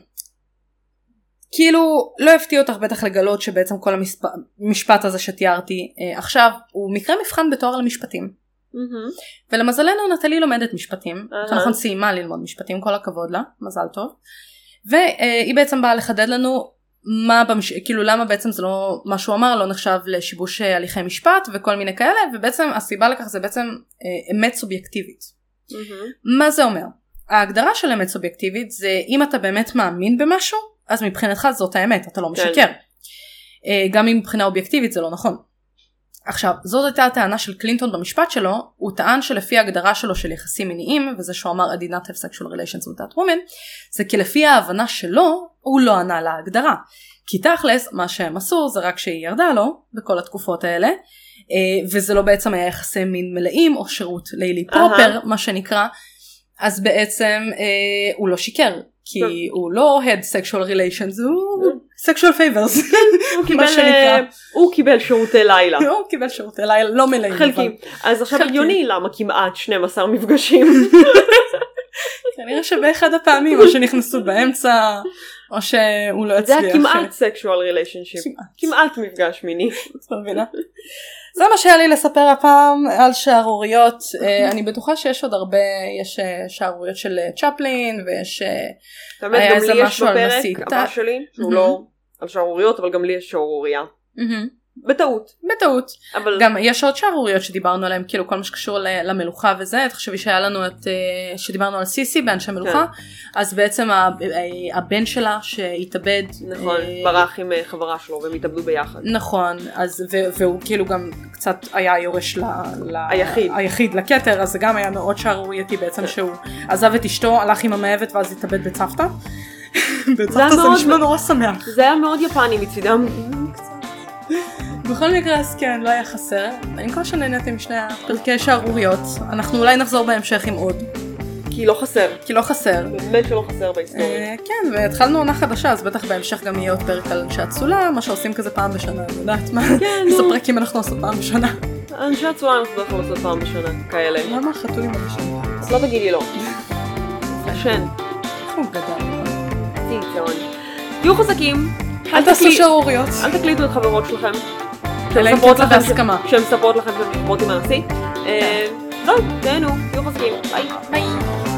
כאילו לא הפתיע אותך בטח לגלות שבעצם כל המשפט המשפט הזה שתיארתי uh, עכשיו הוא מקרה מבחן בתואר למשפטים.
מהמם.
ולמזלנו נטלי לומדת משפטים,
אהה.
יותר נכון סיימה ללמוד משפטים, כל הכבוד לה, מזל טוב. והיא בעצם באה לחדד לנו מה במש... כאילו למה בעצם זה לא מה שהוא אמר לא נחשב לשיבוש אה, הליכי משפט וכל מיני כאלה ובעצם הסיבה לכך זה בעצם אה, אמת סובייקטיבית.
מהמם.
מה זה אומר? ההגדרה של אמת סובייקטיבית זה אם אתה באמת מאמין במשהו אז מבחינתך זאת האמת אתה לא
כן.
משקר. אה, גם אם מבחינה אובייקטיבית זה לא נכון. עכשיו זאת הייתה הטענה של קלינטון במשפט שלו הוא טען שלפי ההגדרה שלו של יחסים מיניים וזה שהוא אמר I did not have sexual relations with that woman זה כי לפי ההבנה שלו הוא לא ענה להגדרה. כי תכלס מה שהם עשו זה רק שהיא ירדה לו בכל התקופות האלה אה, וזה לא בעצם היה יחסי מין מלאים או שירות לילי
אהה.
פרופר מה שנקרא אז בעצם אה, הוא לא שיקר כי
טוב.
הוא לא had sexual relations הוא sexual favors
הוא קיבל,
שנקרא.
אה, הוא קיל שירותי לילה.
הוא קיבל שירותי לילה לא מלאים. אבל
חלקים. אז
נכון.
עכשיו
חלקים.
הגיוני למה כמעט 12 מפגשים.
כנראה שבאחד הפעמים או שנכנסו באמצע או שהוא לא
זה
הצליח.
היה כמעט sexual relationship.
כמעט.
כמעט מפגש מיני.
את מבינה? זה מה שהיה לי לספר הפעם על שערוריות. אה, אני בטוחה שיש עוד הרבה, יש אה, שערוריות של אה, צ'פלין ויש... אה,
אתה באמת,
היה
גם
איזה
לי יש
משהו על נשיא
בפרק הבא
טאט.
שלי, שהוא
מהמם.
לא על שערוריות, אבל גם לי יש שערורייה. בטעות.
בטעות.
אבל
גם יש עוד שערוריות שדיברנו עליהן, כאילו כל מה שקשור ל- למלוכה וזה, תחשבי שהיה לנו את, אה, שדיברנו על סיסי באנשי מלוכה, אז בעצם ה- אה, הבן שלה שהתאבד,
נכון,
אה,
ברח עם אה, חברה שלו והם התאבדו ביחד.
נכון, אז ו- והוא כאילו גם קצת היה יורש ל- ל-
היחיד. כן.
היחיד לכתר, אז זה גם היה מאוד שערורייתי בעצם שהוא עזב את אשתו, הלך עם המאהבת ואז התאבד בצוותא.
היה
בצוותא זה
מאוד-
נשמע נורא שמח.
זה היה מאוד יפני מצידם.
בכל מקרה אז כן, לא היה חסר. אני מקווה שנהניתם משני הפרקי שערוריות. אנחנו אולי נחזור בהמשך עם עוד,
כי לא חסר.
כי לא חסר.
באמת שלא חסר בהיסטוריה.
אה, כן, והתחלנו עונה חדשה, אז בטח בהמשך גם יהיה עוד פרק על אנשי אצולה, מה שעושים כזה פעם בשנה, אני יודעת מה,
כן,
איזה
נו.
פרקים אנחנו עושים פעם בשנה. אה,
אנשי הצורה אנחנו בדרך כלל עושות פעם בשנה כאלה.
למה החתולים הראשונים?
אז לא תגידי לא. השן.
איך הוא גדל?
תהיי צאון. תהיו חזקים.
אל תעשו
תקלי-
שערוריות.
אל תקליטו את חברות שלכם.
אלא אם
שמספרות
כן זה
לכם-
בהסכמה. כן.
שהן מספרות לכם שהן מספרות עם הנשיא. אה, זהו, תהנו, תהיו חזקים. ביי.
ביי.